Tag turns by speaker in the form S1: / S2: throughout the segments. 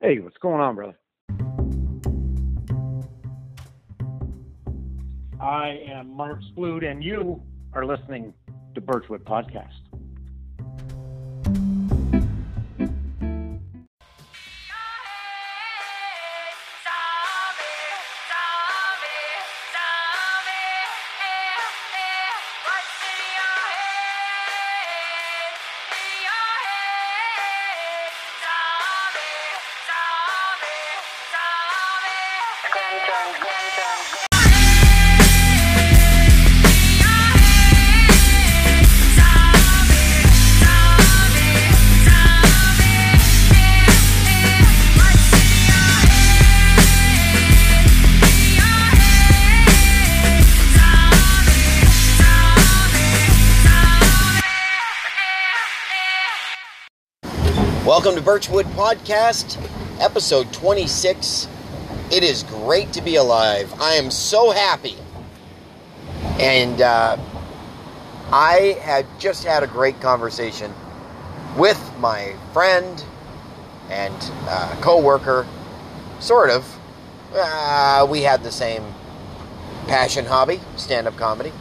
S1: Hey, what's going on, brother? I am Mark Splood, and you are listening to Birchwood Podcast.
S2: Welcome to Birchwood Podcast, episode 26. It is great to be alive. I am so happy. And uh, I had just had a great conversation with my friend and uh, co worker, sort of. Uh, we had the same passion hobby, stand up comedy.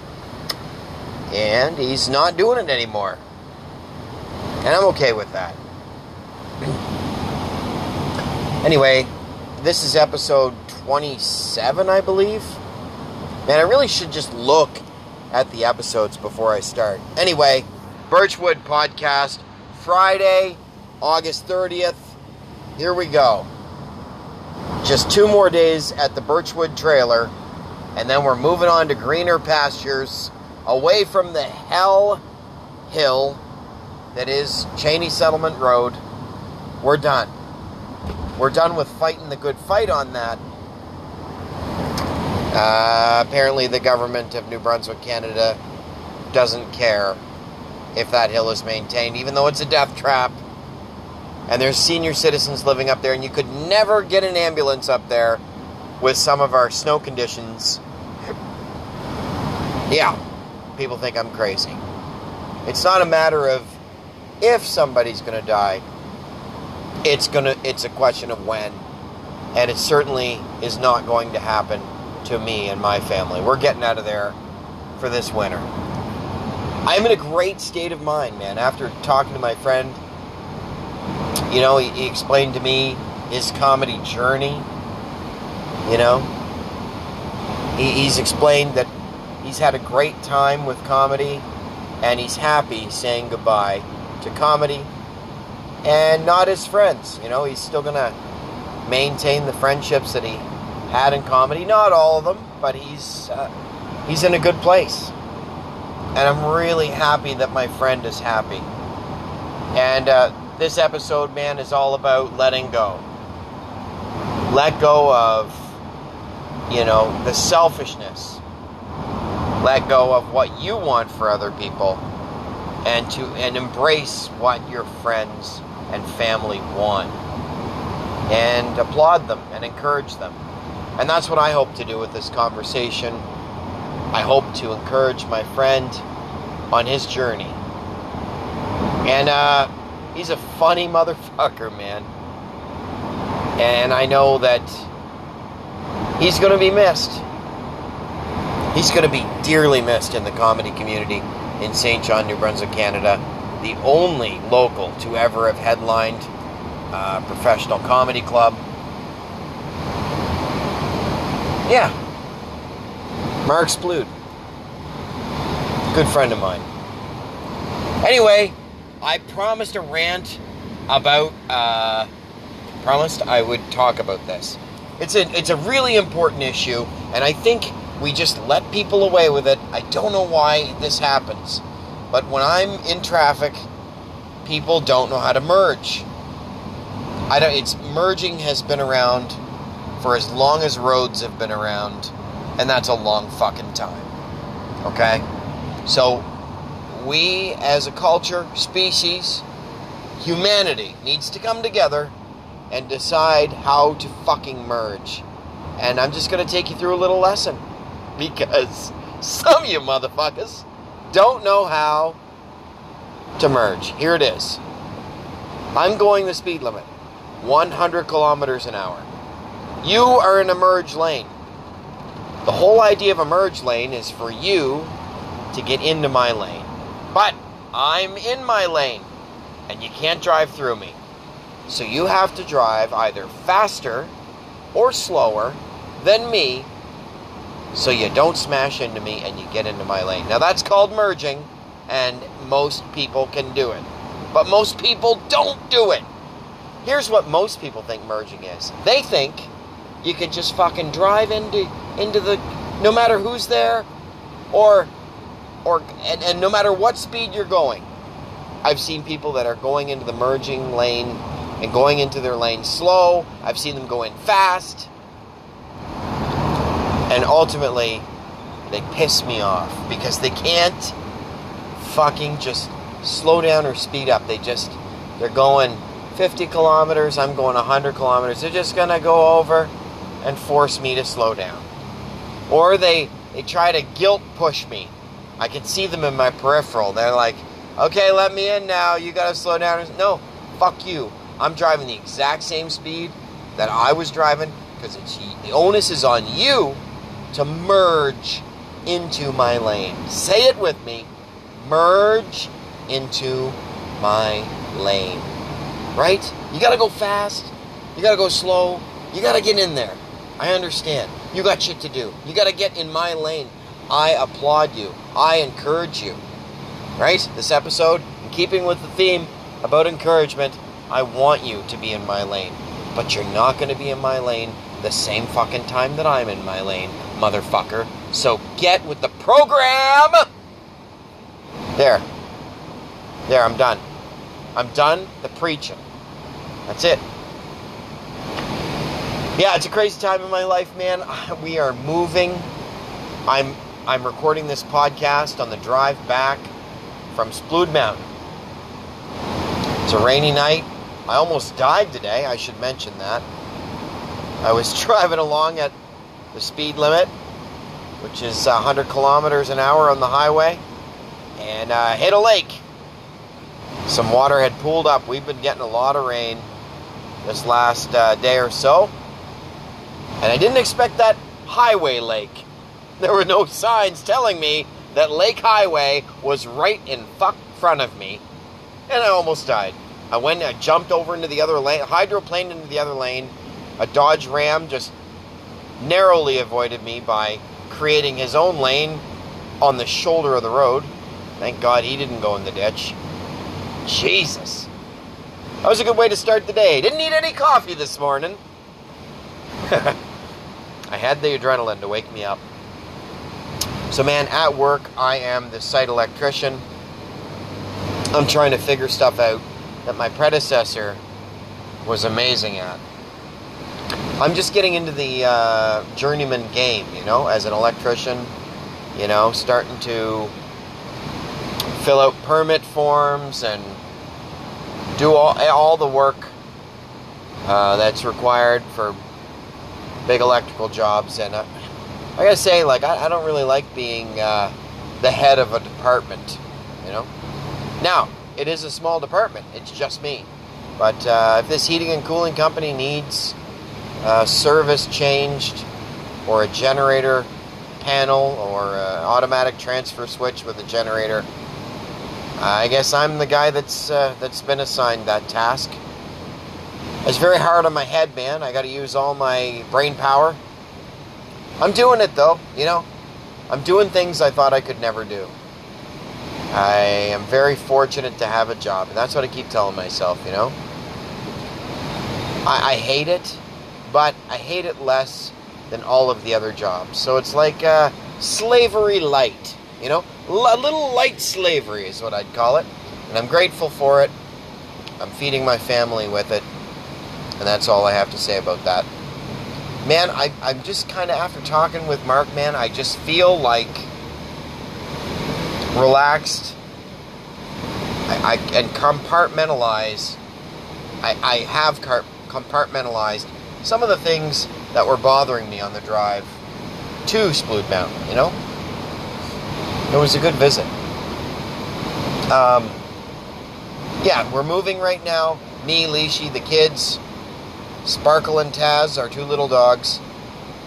S2: And he's not doing it anymore. And I'm okay with that. Anyway, this is episode 27, I believe. Man, I really should just look at the episodes before I start. Anyway, Birchwood Podcast, Friday, August 30th. Here we go. Just two more days at the Birchwood trailer, and then we're moving on to greener pastures, away from the hell hill that is Cheney Settlement Road. We're done we're done with fighting the good fight on that. Uh, apparently, the government of New Brunswick, Canada, doesn't care if that hill is maintained, even though it's a death trap. And there's senior citizens living up there, and you could never get an ambulance up there with some of our snow conditions. yeah, people think I'm crazy. It's not a matter of if somebody's going to die, it's gonna it's a question of when and it certainly is not going to happen to me and my family we're getting out of there for this winter i'm in a great state of mind man after talking to my friend you know he, he explained to me his comedy journey you know he, he's explained that he's had a great time with comedy and he's happy saying goodbye to comedy and not his friends. You know, he's still gonna maintain the friendships that he had in comedy. Not all of them, but he's uh, he's in a good place, and I'm really happy that my friend is happy. And uh, this episode, man, is all about letting go. Let go of you know the selfishness. Let go of what you want for other people and to and embrace what your friends and family want and applaud them and encourage them and that's what i hope to do with this conversation i hope to encourage my friend on his journey and uh, he's a funny motherfucker man and i know that he's going to be missed he's going to be dearly missed in the comedy community in St. John, New Brunswick, Canada, the only local to ever have headlined a professional comedy club. Yeah. Mark Splood. Good friend of mine. Anyway, I promised a rant about, uh, promised I would talk about this. It's a, it's a really important issue, and I think we just let people away with it. I don't know why this happens. But when I'm in traffic, people don't know how to merge. I don't it's merging has been around for as long as roads have been around, and that's a long fucking time. Okay? So we as a culture, species, humanity needs to come together and decide how to fucking merge. And I'm just going to take you through a little lesson because some of you motherfuckers don't know how to merge. Here it is. I'm going the speed limit. 100 kilometers an hour. You are in a merge lane. The whole idea of a merge lane is for you to get into my lane. But I'm in my lane and you can't drive through me. So you have to drive either faster or slower than me so you don't smash into me and you get into my lane. Now that's called merging and most people can do it. But most people don't do it. Here's what most people think merging is. They think you can just fucking drive into into the no matter who's there or or and, and no matter what speed you're going. I've seen people that are going into the merging lane and going into their lane slow. I've seen them go in fast. And ultimately, they piss me off because they can't fucking just slow down or speed up. They just, they're going 50 kilometers, I'm going 100 kilometers. They're just gonna go over and force me to slow down. Or they, they try to guilt push me. I can see them in my peripheral. They're like, okay, let me in now. You gotta slow down. No, fuck you. I'm driving the exact same speed that I was driving because it's the onus is on you to merge into my lane. Say it with me. Merge into my lane. Right? You gotta go fast. You gotta go slow. You gotta get in there. I understand. You got shit to do. You gotta get in my lane. I applaud you. I encourage you right? This episode, in keeping with the theme about encouragement, I want you to be in my lane. But you're not going to be in my lane the same fucking time that I'm in my lane, motherfucker. So get with the program! There. There, I'm done. I'm done the preaching. That's it. Yeah, it's a crazy time in my life, man. We are moving. I'm I'm recording this podcast on the drive back from Splood Mountain. It's a rainy night. I almost died today, I should mention that. I was driving along at the speed limit, which is 100 kilometers an hour on the highway, and uh, hit a lake. Some water had pooled up. We've been getting a lot of rain this last uh, day or so, and I didn't expect that highway lake. There were no signs telling me that Lake Highway was right in fuck front of me, and I almost died. I went, I jumped over into the other lane, hydroplaned into the other lane. A Dodge Ram just narrowly avoided me by creating his own lane on the shoulder of the road. Thank God he didn't go in the ditch. Jesus. That was a good way to start the day. Didn't need any coffee this morning. I had the adrenaline to wake me up. So, man, at work, I am the site electrician. I'm trying to figure stuff out that my predecessor was amazing at. I'm just getting into the uh, journeyman game, you know, as an electrician, you know, starting to fill out permit forms and do all, all the work uh, that's required for big electrical jobs. And uh, I gotta say, like, I, I don't really like being uh, the head of a department, you know? Now, it is a small department, it's just me. But uh, if this heating and cooling company needs uh, service changed, or a generator panel, or an automatic transfer switch with a generator, I guess I'm the guy that's uh, that's been assigned that task. It's very hard on my head, man. I got to use all my brain power. I'm doing it though, you know. I'm doing things I thought I could never do. I am very fortunate to have a job, and that's what I keep telling myself, you know. I, I hate it, but I hate it less than all of the other jobs. So it's like uh, slavery light, you know? L- a little light slavery is what I'd call it, and I'm grateful for it. I'm feeding my family with it, and that's all I have to say about that man, I, I'm just kind of after talking with Mark, man, I just feel like relaxed. I, I and compartmentalize. I, I have car- compartmentalized some of the things that were bothering me on the drive to Splood Mountain. You know, it was a good visit. Um, yeah, we're moving right now. Me, Leashy, the kids. Sparkle and Taz, our two little dogs.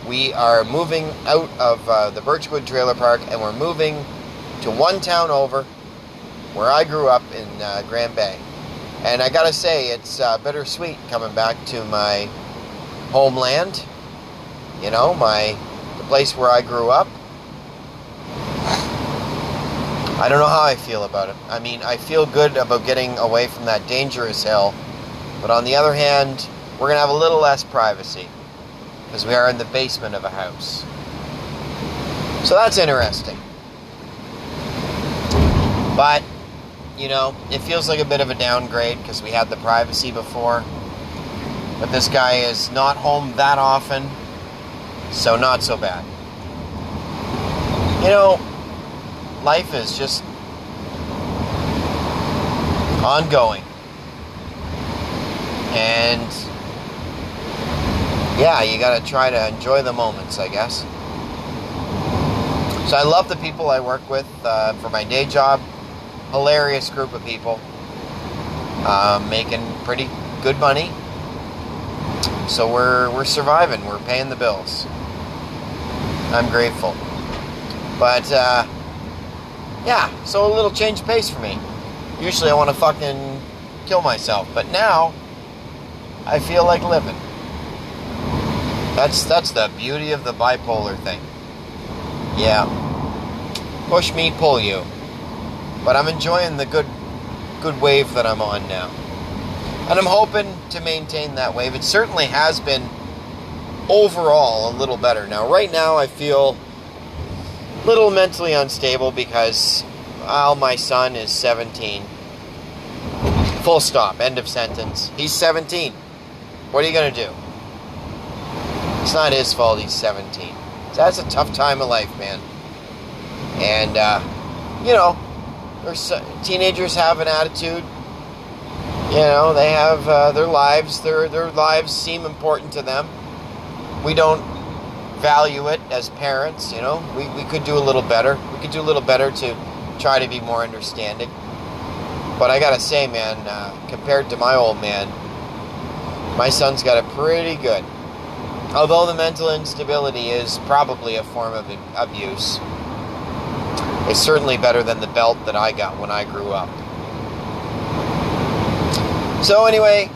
S2: We are moving out of uh, the Birchwood Trailer Park and we're moving to one town over where I grew up in uh, Grand Bay. And I gotta say, it's uh, bittersweet coming back to my homeland, you know, my the place where I grew up. I don't know how I feel about it. I mean, I feel good about getting away from that dangerous hill, but on the other hand, we're gonna have a little less privacy because we are in the basement of a house. So that's interesting. But, you know, it feels like a bit of a downgrade because we had the privacy before. But this guy is not home that often, so not so bad. You know, life is just ongoing. And yeah, you gotta try to enjoy the moments, I guess. So I love the people I work with uh, for my day job. Hilarious group of people, uh, making pretty good money. So we're we're surviving. We're paying the bills. I'm grateful. But uh, yeah, so a little change of pace for me. Usually I want to fucking kill myself, but now I feel like living. That's that's the beauty of the bipolar thing. Yeah. Push me, pull you. But I'm enjoying the good good wave that I'm on now. And I'm hoping to maintain that wave. It certainly has been overall a little better. Now right now I feel a little mentally unstable because well, my son is 17. Full stop, end of sentence. He's 17. What are you going to do? It's not his fault he's 17. So that's a tough time of life, man. And, uh, you know, there's, so- teenagers have an attitude. You know, they have uh, their lives, their, their lives seem important to them. We don't value it as parents, you know. We, we could do a little better. We could do a little better to try to be more understanding. But I gotta say, man, uh, compared to my old man, my son's got it pretty good. Although the mental instability is probably a form of ab- abuse, it's certainly better than the belt that I got when I grew up. So, anyway,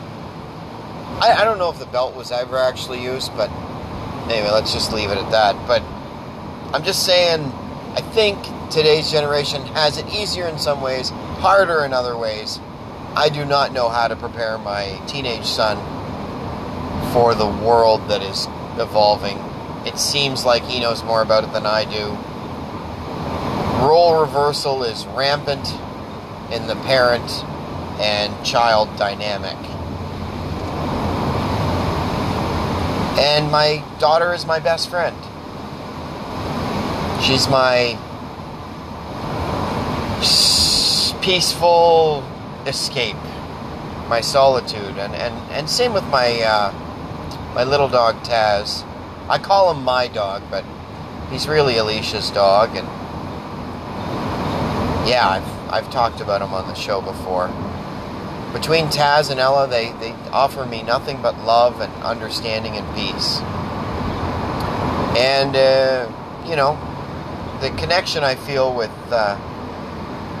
S2: I, I don't know if the belt was ever actually used, but anyway, let's just leave it at that. But I'm just saying, I think today's generation has it easier in some ways, harder in other ways. I do not know how to prepare my teenage son for the world that is evolving. It seems like he knows more about it than I do. Role reversal is rampant in the parent and child dynamic. And my daughter is my best friend. She's my s- peaceful escape, my solitude, and, and, and same with my uh, my little dog Taz. I call him my dog, but he's really Alicia's dog, and yeah, I've, I've talked about him on the show before. Between Taz and Ella, they, they offer me nothing but love and understanding and peace. And, uh, you know, the connection I feel with uh,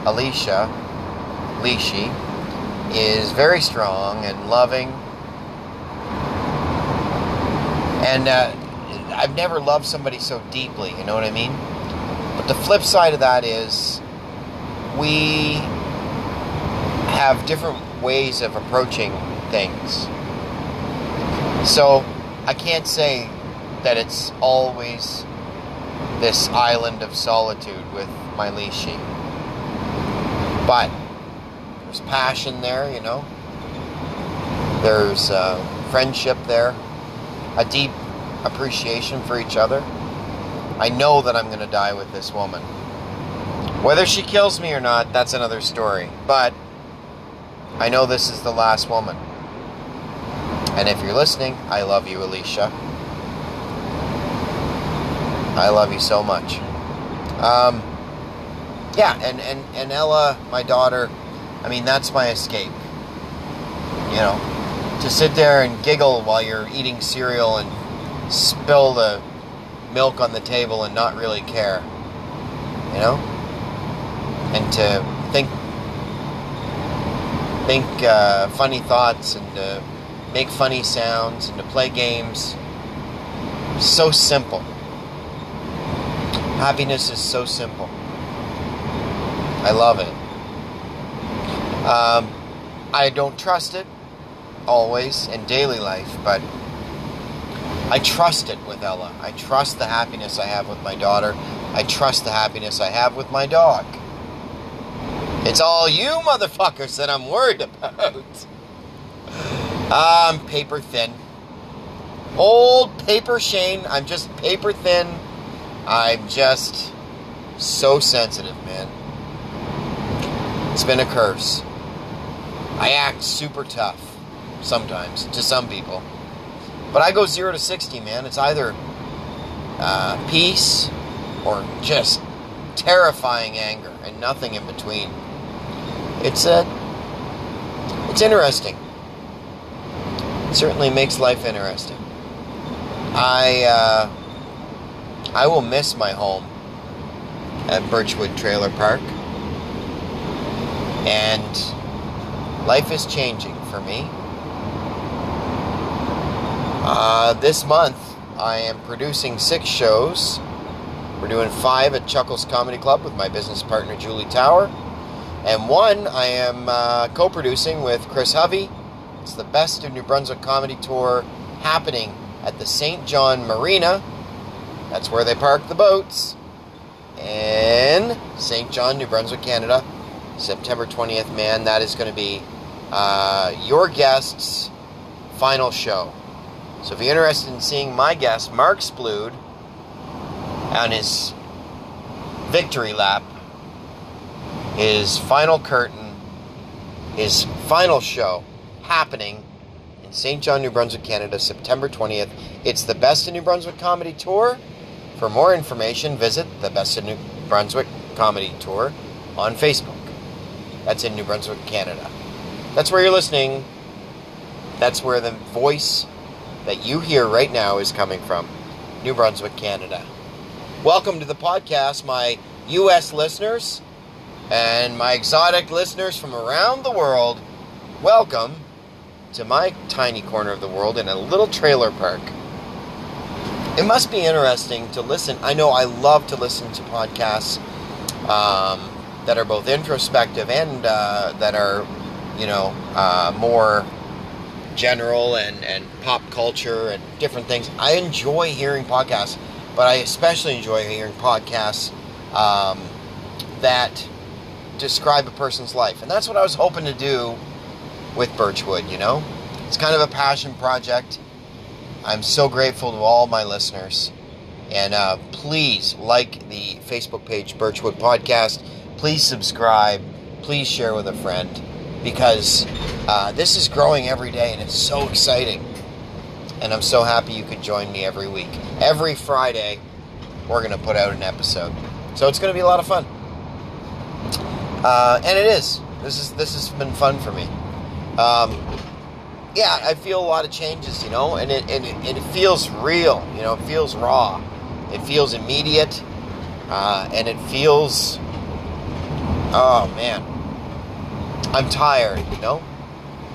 S2: Alicia, Lishi, is very strong and loving. And uh, I've never loved somebody so deeply, you know what I mean? But the flip side of that is we have different ways of approaching things. So I can't say that it's always this island of solitude with my Lishi. But there's passion there, you know. There's uh, friendship there, a deep appreciation for each other. I know that I'm going to die with this woman. Whether she kills me or not, that's another story. But I know this is the last woman. And if you're listening, I love you, Alicia. I love you so much. Um, yeah, and, and, and Ella, my daughter, I mean, that's my escape. You know, to sit there and giggle while you're eating cereal and spill the milk on the table and not really care. You know? And to think think uh, funny thoughts and to make funny sounds and to play games. So simple. Happiness is so simple. I love it. Um, I don't trust it always in daily life, but I trust it with Ella. I trust the happiness I have with my daughter. I trust the happiness I have with my dog. It's all you motherfuckers that I'm worried about. I'm paper thin. Old paper Shane. I'm just paper thin. I'm just so sensitive, man. It's been a curse. I act super tough sometimes to some people. But I go zero to 60, man. It's either uh, peace or just terrifying anger and nothing in between. It's a, it's interesting. It certainly makes life interesting. I, uh, I will miss my home at Birchwood Trailer Park. And life is changing for me. Uh, this month, I am producing six shows. We're doing five at Chuckles Comedy Club with my business partner Julie Tower, and one I am uh, co-producing with Chris Hovey. It's the Best of New Brunswick Comedy Tour happening at the St. John Marina. That's where they park the boats in St. John, New Brunswick, Canada, September 20th. Man, that is going to be uh, your guest's final show. So if you're interested in seeing my guest, Mark Splude, on his victory lap, his final curtain, his final show happening in St. John, New Brunswick, Canada, September 20th. It's the Best in New Brunswick Comedy Tour. For more information, visit the Best in New Brunswick Comedy Tour on Facebook. That's in New Brunswick, Canada. That's where you're listening. That's where the voice that you hear right now is coming from New Brunswick, Canada. Welcome to the podcast, my U.S. listeners and my exotic listeners from around the world. Welcome to my tiny corner of the world in a little trailer park. It must be interesting to listen. I know I love to listen to podcasts um, that are both introspective and uh, that are, you know, uh, more general and, and pop culture and different things. I enjoy hearing podcasts, but I especially enjoy hearing podcasts um, that describe a person's life. And that's what I was hoping to do with Birchwood, you know? It's kind of a passion project. I'm so grateful to all my listeners. And uh, please like the Facebook page Birchwood Podcast. Please subscribe. Please share with a friend because uh, this is growing every day and it's so exciting. And I'm so happy you could join me every week. Every Friday, we're going to put out an episode. So it's going to be a lot of fun. Uh, and it is. This is this has been fun for me. Um, yeah, I feel a lot of changes, you know, and it, and it, and it feels real, you know, it feels raw, it feels immediate, uh, and it feels, oh man, I'm tired, you know?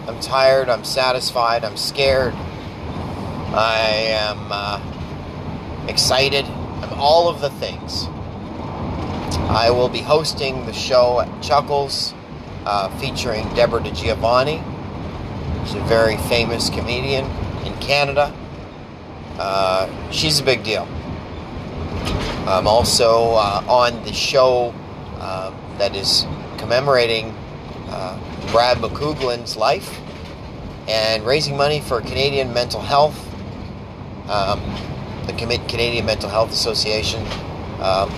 S2: I'm tired, I'm satisfied, I'm scared, I am uh, excited, I'm all of the things. I will be hosting the show at Chuckles uh, featuring Deborah DiGiovanni. She's a very famous comedian in Canada. Uh, she's a big deal. I'm also uh, on the show uh, that is commemorating uh, Brad McCouglin's life and raising money for Canadian mental health, um, the Commit Canadian Mental Health Association. Um,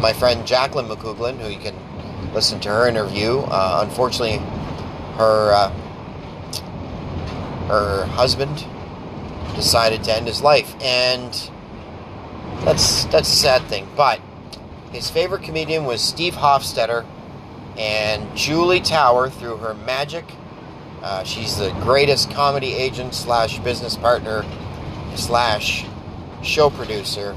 S2: my friend Jacqueline McCouglin, who you can listen to her interview, uh, unfortunately, her uh, her husband decided to end his life, and that's that's a sad thing. But his favorite comedian was Steve Hofstetter, and Julie Tower through her magic Uh, she's the greatest comedy agent slash business partner slash show producer,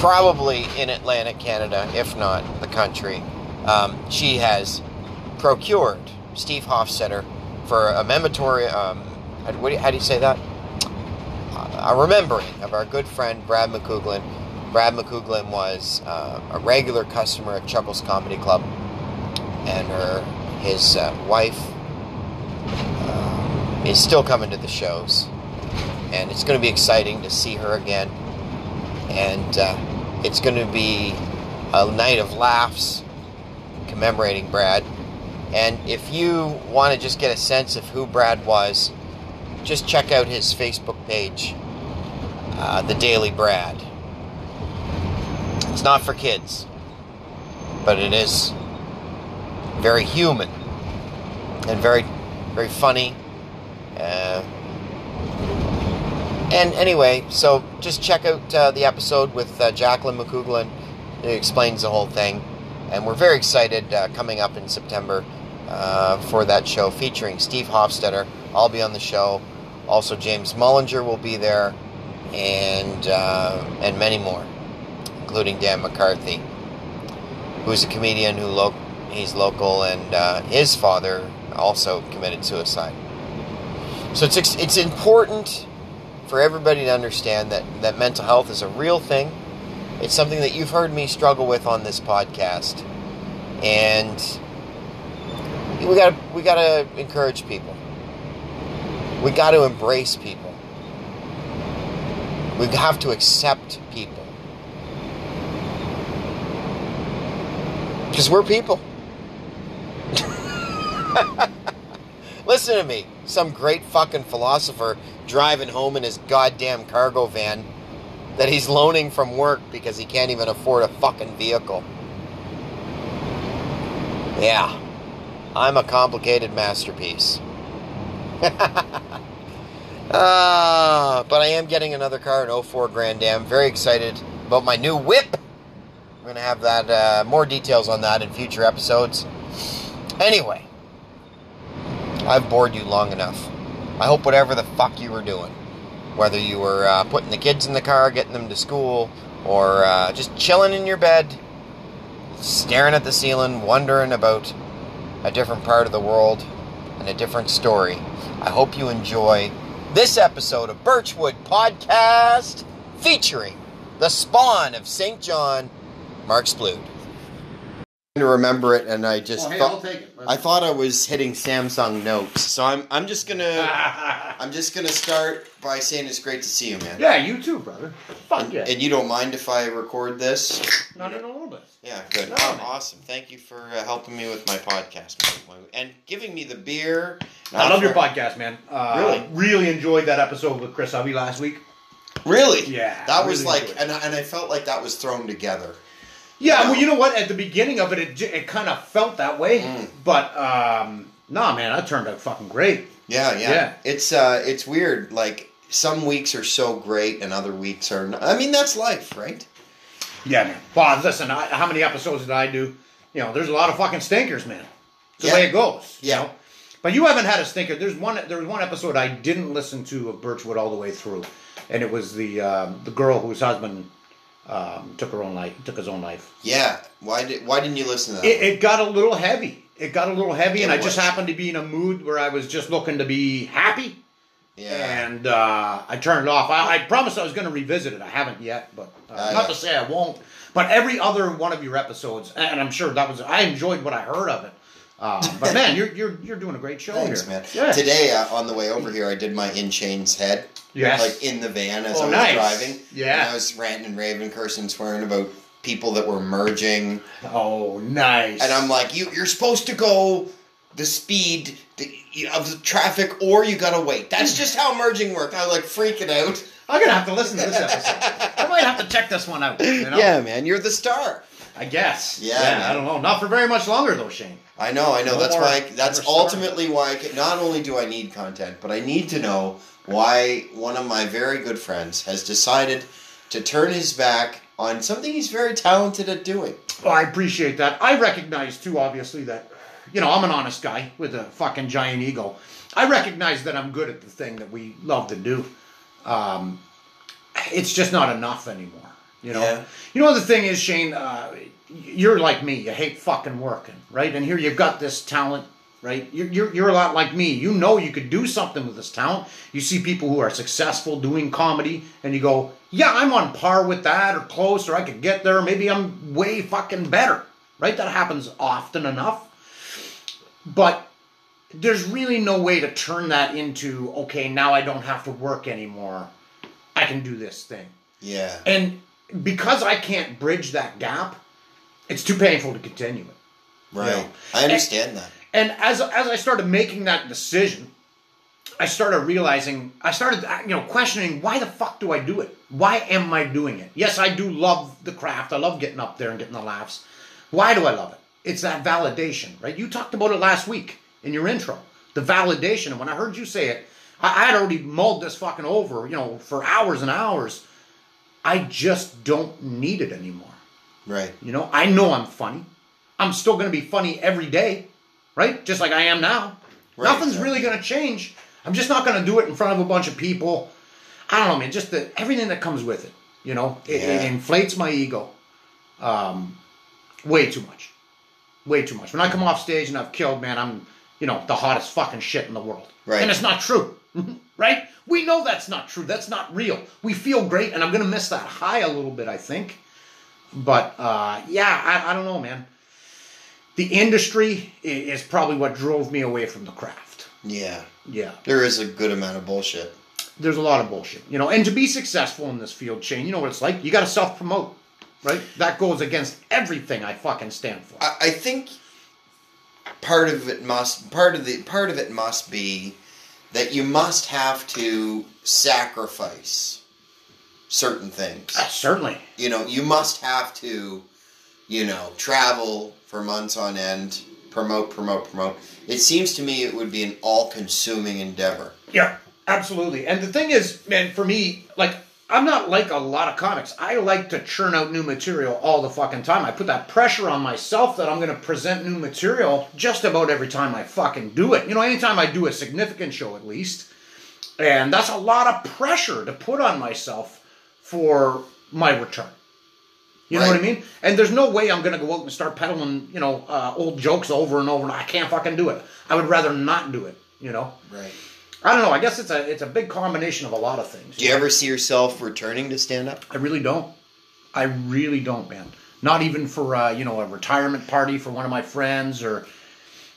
S2: probably in Atlantic Canada, if not the country. Um, she has procured Steve Hofstetter for a memoratory. Um, how, what do you, how do you say that? a remembering of our good friend Brad McCouglin. Brad McCouglin was uh, a regular customer at Chuckles Comedy Club, and her his uh, wife uh, is still coming to the shows, and it's going to be exciting to see her again. And uh, it's going to be a night of laughs commemorating Brad. And if you want to just get a sense of who Brad was, just check out his Facebook page, uh, The Daily Brad. It's not for kids, but it is very human and very, very funny. Uh, and anyway, so just check out uh, the episode with uh, Jacqueline McCouglin. It explains the whole thing. And we're very excited uh, coming up in September uh, for that show featuring Steve Hofstetter. I'll be on the show. Also, James Mullinger will be there, and uh, and many more, including Dan McCarthy, who's a comedian who lo- he's local, and uh, his father also committed suicide. So it's ex- it's important for everybody to understand that that mental health is a real thing. It's something that you've heard me struggle with on this podcast, and we got to we got to encourage people. We got to embrace people. We have to accept people. Because we're people. Listen to me. Some great fucking philosopher driving home in his goddamn cargo van that he's loaning from work because he can't even afford a fucking vehicle. Yeah. I'm a complicated masterpiece. Ah, but I am getting another car, an 04 Grand Am. Very excited about my new whip. I'm going to have that uh, more details on that in future episodes. Anyway, I've bored you long enough. I hope whatever the fuck you were doing, whether you were uh, putting the kids in the car, getting them to school, or uh, just chilling in your bed, staring at the ceiling, wondering about a different part of the world and a different story. I hope you enjoy this episode of Birchwood Podcast featuring the spawn of St. John, Mark Splude. To remember it, and I just
S1: Well, Oh, hey,
S2: thought-
S1: I'll take it.
S2: I thought I was hitting Samsung notes, so I'm I'm just
S1: Ah,
S2: gonna I'm just gonna start by saying it's great to see you, man.
S1: yeah, you too, brother.
S3: Fuck yeah.
S2: And you don't mind if I record this?
S1: Not in a little bit.
S2: Yeah, good.
S3: No,
S2: Oh,
S3: man.
S2: awesome. Thank you for uh, helping me with my podcast man. and giving me the beer.
S1: I love your
S2: podcast.
S1: podcast, man. Uh, really, enjoyed that episode with Chris Hubby last week.
S2: Really?
S1: Yeah,
S2: That
S1: I
S2: was
S1: really
S2: like,
S1: enjoyed it.
S2: and I, and I felt like that was thrown together.
S1: Yeah, well, you know what? At the beginning of it, it, j- it kind of felt that way,
S2: Mm.
S1: but um, nah, man, that turned out fucking great.
S2: Yeah, yeah.
S1: Yeah.
S2: It's uh, it's weird. Like some weeks are so great, and other weeks are. Not. I mean, that's life, right?
S1: Yeah, man. Well, listen, I, how many episodes did I do? You know, there's a lot of fucking stinkers, man. It's the
S2: Yeah.
S1: way it goes.
S2: Yeah.
S1: You know? But you haven't had a stinker. There's one. There was one episode I didn't listen to of Birchwood all the way through, and it was the um, the girl whose husband um, took her own life, took his own life.
S2: Yeah. Why did Why didn't you listen to that?
S1: It,
S2: one?
S1: it got a little heavy. It got a little heavy, and
S2: It
S1: I just
S2: was.
S1: happened to be in a mood where I was just looking to be happy,
S2: yeah.
S1: and uh, I turned it off. I, I promised I was going to revisit it. I haven't yet, but uh,
S2: Ah,
S1: not
S2: yeah.
S1: to say I won't. But every other one of your episodes, and I'm sure that was I enjoyed what I heard of it. Um, but man, you're you're you're doing a great show
S2: Thanks,
S1: here,
S2: man.
S1: Yeah.
S2: Today, uh, on the way over here, I did my in chains head.
S1: Yes.
S2: Like in the van as
S1: Oh,
S2: I was
S1: nice.
S2: driving.
S1: Yeah.
S2: And I was ranting and raving, cursing, swearing about people that were merging.
S1: oh, nice.
S2: And I'm like, you, you're supposed to go the speed that you- of the traffic or you gotta wait.
S1: Hmm.
S2: That's just how merging worked. I was like freaking out.
S1: I'm gonna have to listen to this episode. I might have to check this one out. You know?
S2: man. You're the star.
S1: I guess.
S2: Yeah, man.
S1: I don't know. Not for very much longer though, Shane.
S2: I know, I know.
S1: No
S2: that's
S1: more-
S2: why. I, that's
S1: no more
S2: ultimately why. I can, not only do I need content, but I need to know why one of my very good friends has decided to turn his back on something he's very talented at doing.
S1: Oh, Well, I appreciate that. I recognize too, obviously, that you know, I'm an honest guy with a fucking giant ego. I recognize that I'm good at the thing that we love to do. Um, it's just not enough anymore. You know.
S2: Yeah.
S1: You know the thing is, Shane. Uh, you're like me. You hate fucking working, right? And here you've got this talent, right? You're, you're you're a lot like me. You know you could do something with this talent. You see people who are successful doing comedy, and you go, "Yeah, I'm on par with that, or close, or I could get there. Maybe I'm way fucking better." Right? That happens often enough. But there's really no way to turn that into okay now i don't have to work anymore i can do this thing
S2: Yeah.
S1: and because i can't bridge that gap it's too painful to continue it
S2: Right.
S1: Yeah.
S2: I understand that.
S1: and as as i started making that decision i started realizing i started uh, you know questioning why the fuck do i do it why am i doing it yes i do love the craft i love getting up there and getting the laughs why do i love it it's that validation right you talked about it last week in your intro the validation and when i heard you say it i I had already mulled this fucking over you know for hours and hours i just don't need it anymore
S2: Right.
S1: you know, I know I'm funny. I'm still going to be funny every day, right? Just like I am now.
S2: Right,
S1: Nothing's
S2: exactly.
S1: really going to change. I'm just not going to do it in front of a bunch of people. I don't know, man. Just the, everything that comes with it. You know, it,
S2: Yeah.
S1: it inflates my ego um, way too much. Way too much. When I come off stage and I've killed, man, I'm, you know, the hottest fucking shit in the world.
S2: Right.
S1: And it's not true, right? We know that's not true. That's not real. We feel great, and I'm going to miss that high a little bit, I think. But uh, yeah, I, I don't know, man. The industry i- is probably what drove me away from the craft.
S2: Yeah.
S1: Yeah,
S2: There is a good amount of bullshit.
S1: there's a lot of bullshit, you know. And to be successful in this field, Shane, you know what it's like. You got to self promote, right? That goes against everything I fucking stand for.
S2: I, I think part of it must part of the part of it must be that you must have to sacrifice certain things.
S1: Uh, certainly,
S2: You know, you must have to, you know, travel for months on end, promote, promote, promote. It seems to me it would be an all-consuming endeavor.
S1: Yeah, absolutely. And the thing is, man, for me, like, I'm not like a lot of comics. I like to churn out new material all the fucking time. I put that pressure on myself that I'm going to present new material just about every time I fucking do it. You know, anytime I do a significant show, at least. And that's a lot of pressure to put on myself for my return. You know
S2: Right.
S1: what I mean? And there's no way I'm going to go out and start peddling, you know, uh, old jokes over and over. I can't fucking do it. I would rather not do it, you know?
S2: Right.
S1: I don't know. I guess it's a it's a big combination of a lot of things.
S2: Do you ever see yourself returning to stand up?
S1: I really don't. I really don't, man. Not even for uh, you know a retirement party for one of my friends or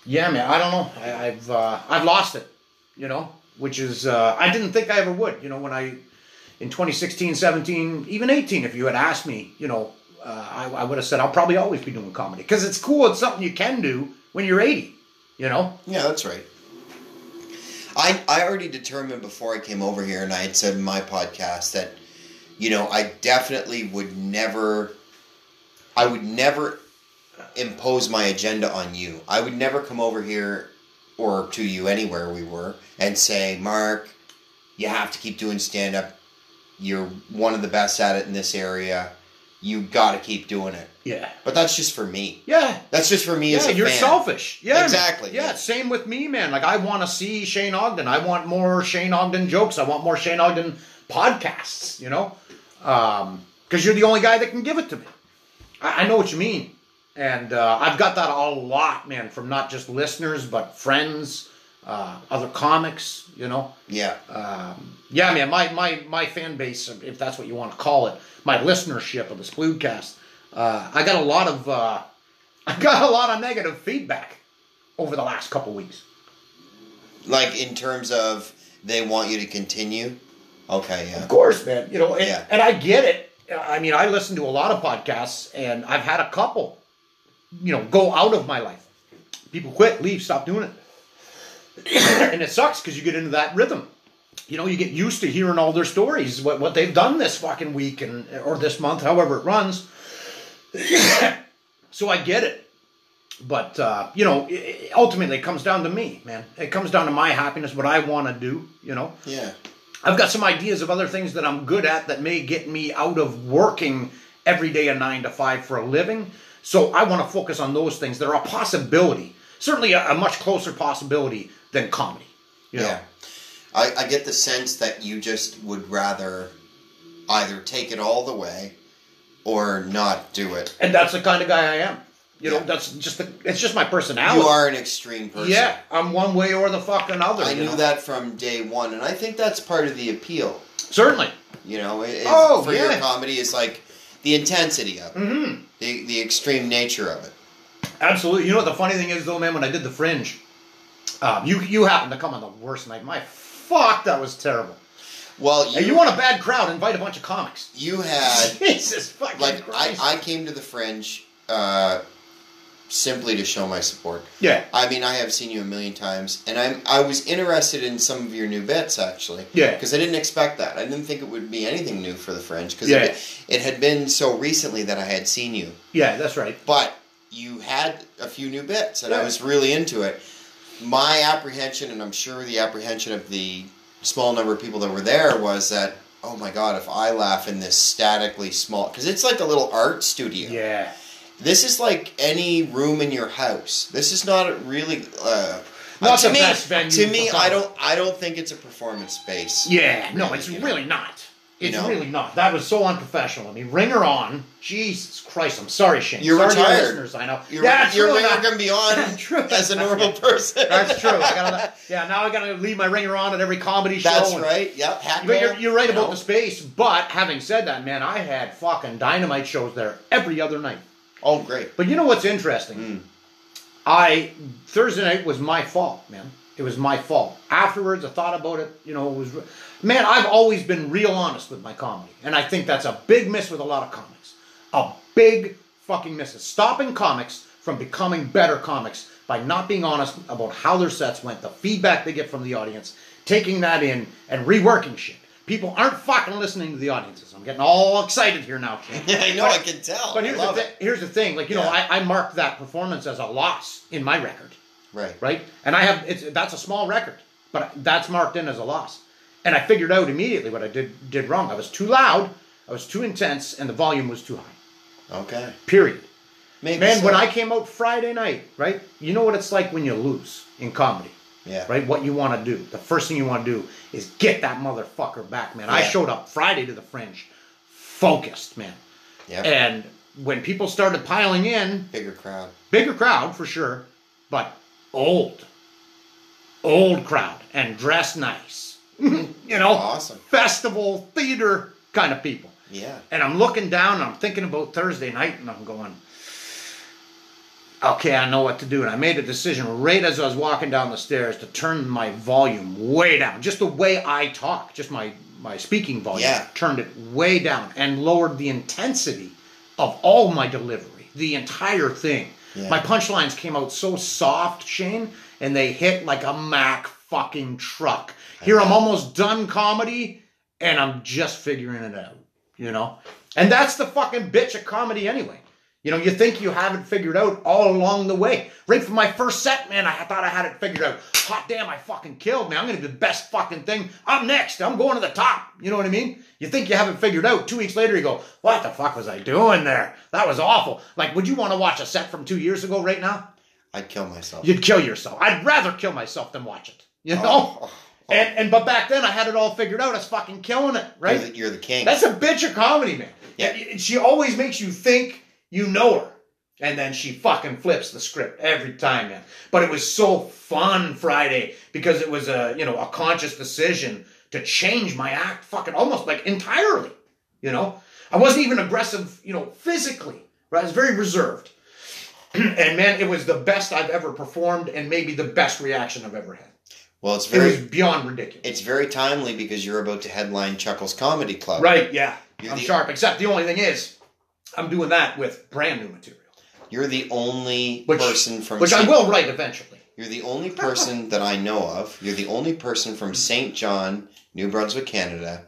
S1: yeah, man. I don't know. I, I've uh, I've lost it. You know, which is uh, I didn't think I ever would. You know, when I in 2016, 17, even 18, if you had asked me, you know, uh, I, I would have said I'll probably always be doing comedy because it's cool. It's something you can do when you're 80. You know.
S2: Yeah, that's right. I I already determined before I came over here, and I had said in my podcast that, you know, I definitely would never, I would never impose my agenda on you. I would never come over here or to you anywhere we were and say, Mark, you have to keep doing stand up. You're one of the best at it in this area. You got to keep doing it.
S1: Yeah.
S2: But that's just for me.
S1: Yeah.
S2: That's just for me
S1: Yeah,
S2: as a
S1: you're
S2: fan.
S1: selfish. Yeah, man.
S2: Exactly,
S1: Yeah,
S2: yeah.
S1: same with me, man. Like I want to see Shane Ogden. I want more Shane Ogden jokes. I want more Shane Ogden podcasts. You know, because you're the only guy that can give it to me. I, I know what you mean, and uh, I've got that a lot, man, from not just listeners but friends, uh, other comics. You know,
S2: Yeah.
S1: um, yeah, man, my, my, my fan base, if that's what you want to call it, my listenership of the Sploodcast, uh, I got a lot of, uh, I got a lot of negative feedback over the last couple weeks.
S2: Like in terms of they want you to continue. Okay, yeah.
S1: Of course, man. You know, and,
S2: Yeah.
S1: and I get it. I mean, I listen to a lot of podcasts, and I've had a couple, you know, go out of my life. People quit, leave, stop doing it, and it sucks because you get into that rhythm. You know, you get used to hearing all their stories, what what they've done this fucking week and or this month, however it runs. so I get it. But uh, you know, it- it ultimately, it comes down to me, man. It comes down to my happiness, what I want to do. You know,
S2: Yeah.
S1: I've got some ideas of other things that I'm good at that may get me out of working every day a nine to five for a living. So I want to focus on those things that are a possibility. certainly a, a much closer possibility than comedy. you know?
S2: Yeah. I, I get the sense that you just would rather either take it all the way or not do it.
S1: and that's the kind of guy I am. You know,
S2: Yeah.
S1: that's just the it's just my personality.
S2: You are an extreme person.
S1: yeah, I'm one way or the fucking other.
S2: I
S1: you
S2: knew
S1: know?
S2: that from day one, and I think that's part of the appeal.
S1: certainly.
S2: You know, it, it-
S1: Oh,
S2: for
S1: yeah.
S2: your comedy is like the intensity of it,
S1: Mm-hmm.
S2: the the extreme nature of it.
S1: Absolutely. You know what the funny thing is though, man? When I did the Fringe, um, you you happened to come on the worst night. My fuck, that was terrible.
S2: Well, you
S1: Hey, you want a bad crowd? Invite a bunch of comics.
S2: you had
S1: Jesus fucking
S2: like I,
S1: Christ.
S2: I came to the fringe uh, simply to show my support.
S1: yeah,
S2: I mean, I have seen you a million times, and I'm I was interested in some of your new bits actually.
S1: Yeah.
S2: Because I didn't expect that. I didn't think it would be anything new for the fringe because
S1: Yeah.
S2: it, it had been so recently that I had seen you,
S1: yeah, that's right.
S2: but you had a few new bits, and
S1: Yeah.
S2: I was really into it. My apprehension, and I'm sure the apprehension of the small number of people that were there, was that. Oh my god, if I laugh in this statically small, because it's like a little art studio.
S1: Yeah.
S2: This is like any room in your house. This is not really. Uh,
S1: Not
S2: uh, to
S1: the
S2: me,
S1: best venue
S2: To
S1: for
S2: me,
S1: comedy.
S2: I don't. I don't think it's a performance space.
S1: Yeah, no, it's
S2: you know.
S1: really not. It's
S2: You know?
S1: really not. That was so unprofessional. I mean, ring her on. Jesus Christ, I'm sorry, Shane.
S2: You're
S1: sorry to your
S2: retired.
S1: listeners, I know.
S2: You're,
S1: yeah, it's
S2: you're
S1: really
S2: never
S1: not.
S2: gonna be on
S1: True.
S2: as a normal person.
S1: That's true. I gotta, yeah, now I gotta leave my ringer on at every comedy show.
S2: That's
S1: and-
S2: right. Yep. Hat
S1: But you're,
S2: on,
S1: you're right
S2: you
S1: about
S2: know.
S1: the space. But having said that, man, I had fucking dynamite shows there every other night.
S2: Oh, great.
S1: But you know what's interesting?
S2: Mm.
S1: I Thursday night was my fault, man. It was my fault. Afterwards, I thought about it. You know, it was man. I've always been real honest with my comedy, and I think that's a big miss with a lot of comics. A big fucking miss. It's stopping comics from becoming better comics by not being honest about how their sets went, the feedback they get from the audience, taking that in and reworking shit. People aren't fucking listening to the audiences. I'm getting all excited here now. Shane.
S2: I know. I can tell.
S1: But
S2: I
S1: here's the,
S2: love
S1: thi-
S2: it.
S1: here's the thing, like you know,
S2: Yeah.
S1: I, I marked that performance as a loss in my record,
S2: Right.
S1: right? And I have it's that's a small record, but that's marked in as a loss. And I figured out immediately what I did did wrong. I was too loud, I was too intense, and the volume was too high.
S2: Okay.
S1: Period.
S2: Maybe
S1: Man,
S2: so.
S1: when I came out Friday night, right? You know what it's like when you lose in comedy,
S2: yeah.
S1: right? What you want to do, the first thing you want to do is get that motherfucker back, man. I
S2: Yeah.
S1: showed up Friday to the Fringe, focused, man.
S2: Yeah.
S1: And when people started piling in,
S2: Bigger crowd.
S1: bigger crowd for sure, but old, old crowd and dressed nice. you know,
S2: Awesome.
S1: festival theater kind of people.
S2: Yeah.
S1: And I'm looking down and I'm thinking about Thursday night and I'm going, okay, I know what to do. And I made a decision right as I was walking down the stairs to turn my volume way down. Just the way I talk, just my, my speaking volume,
S2: Yeah.
S1: turned it way down and lowered the intensity of all my delivery, the entire thing.
S2: Yeah.
S1: My punchlines came out so soft, Shane, and they hit like a Mack fucking truck. Here I'm almost done comedy and I'm just figuring it out, you know? And that's the fucking bitch of comedy anyway. You know, you think you haven't figured out all along the way. Right from my first set, man, I thought I had it figured out. Hot damn, I fucking killed, man. I'm gonna do the best fucking thing. I'm next. I'm going to the top. You know what I mean? You think you have it figured out. Two weeks later, you go, what the fuck was I doing there? That was awful. Like, would you want to watch a set from two years ago right now?
S2: I'd kill myself.
S1: You'd kill yourself. I'd rather kill myself than watch it. You know?
S2: Oh, oh, oh.
S1: And and but back then I had it all figured out. I was fucking killing it, right?
S2: You're the, you're the king.
S1: That's a bitch of comedy, man.
S2: Yeah.
S1: And She always makes you think you know her. And then she fucking flips the script every time, man. But it was so fun Friday because it was a, you know, a conscious decision to change my act fucking almost like entirely, you know? I wasn't even aggressive, you know, physically. Right? I was very reserved. and man, it was the best I've ever performed and maybe the best reaction I've ever had.
S2: well, it's
S1: It
S2: very.
S1: was beyond ridiculous.
S2: It's very timely because you're about to headline Chuckles Comedy Club.
S1: Right, yeah.
S2: You're
S1: I'm
S2: the-
S1: sharp. Except the only thing is, I'm doing that with brand new material,
S2: You're the only
S1: Which-
S2: person from
S1: which I
S2: Saint-
S1: will write eventually.
S2: You're the only person that I know of. You're the only person from
S1: Mm-hmm.
S2: Saint John, New Brunswick, Canada,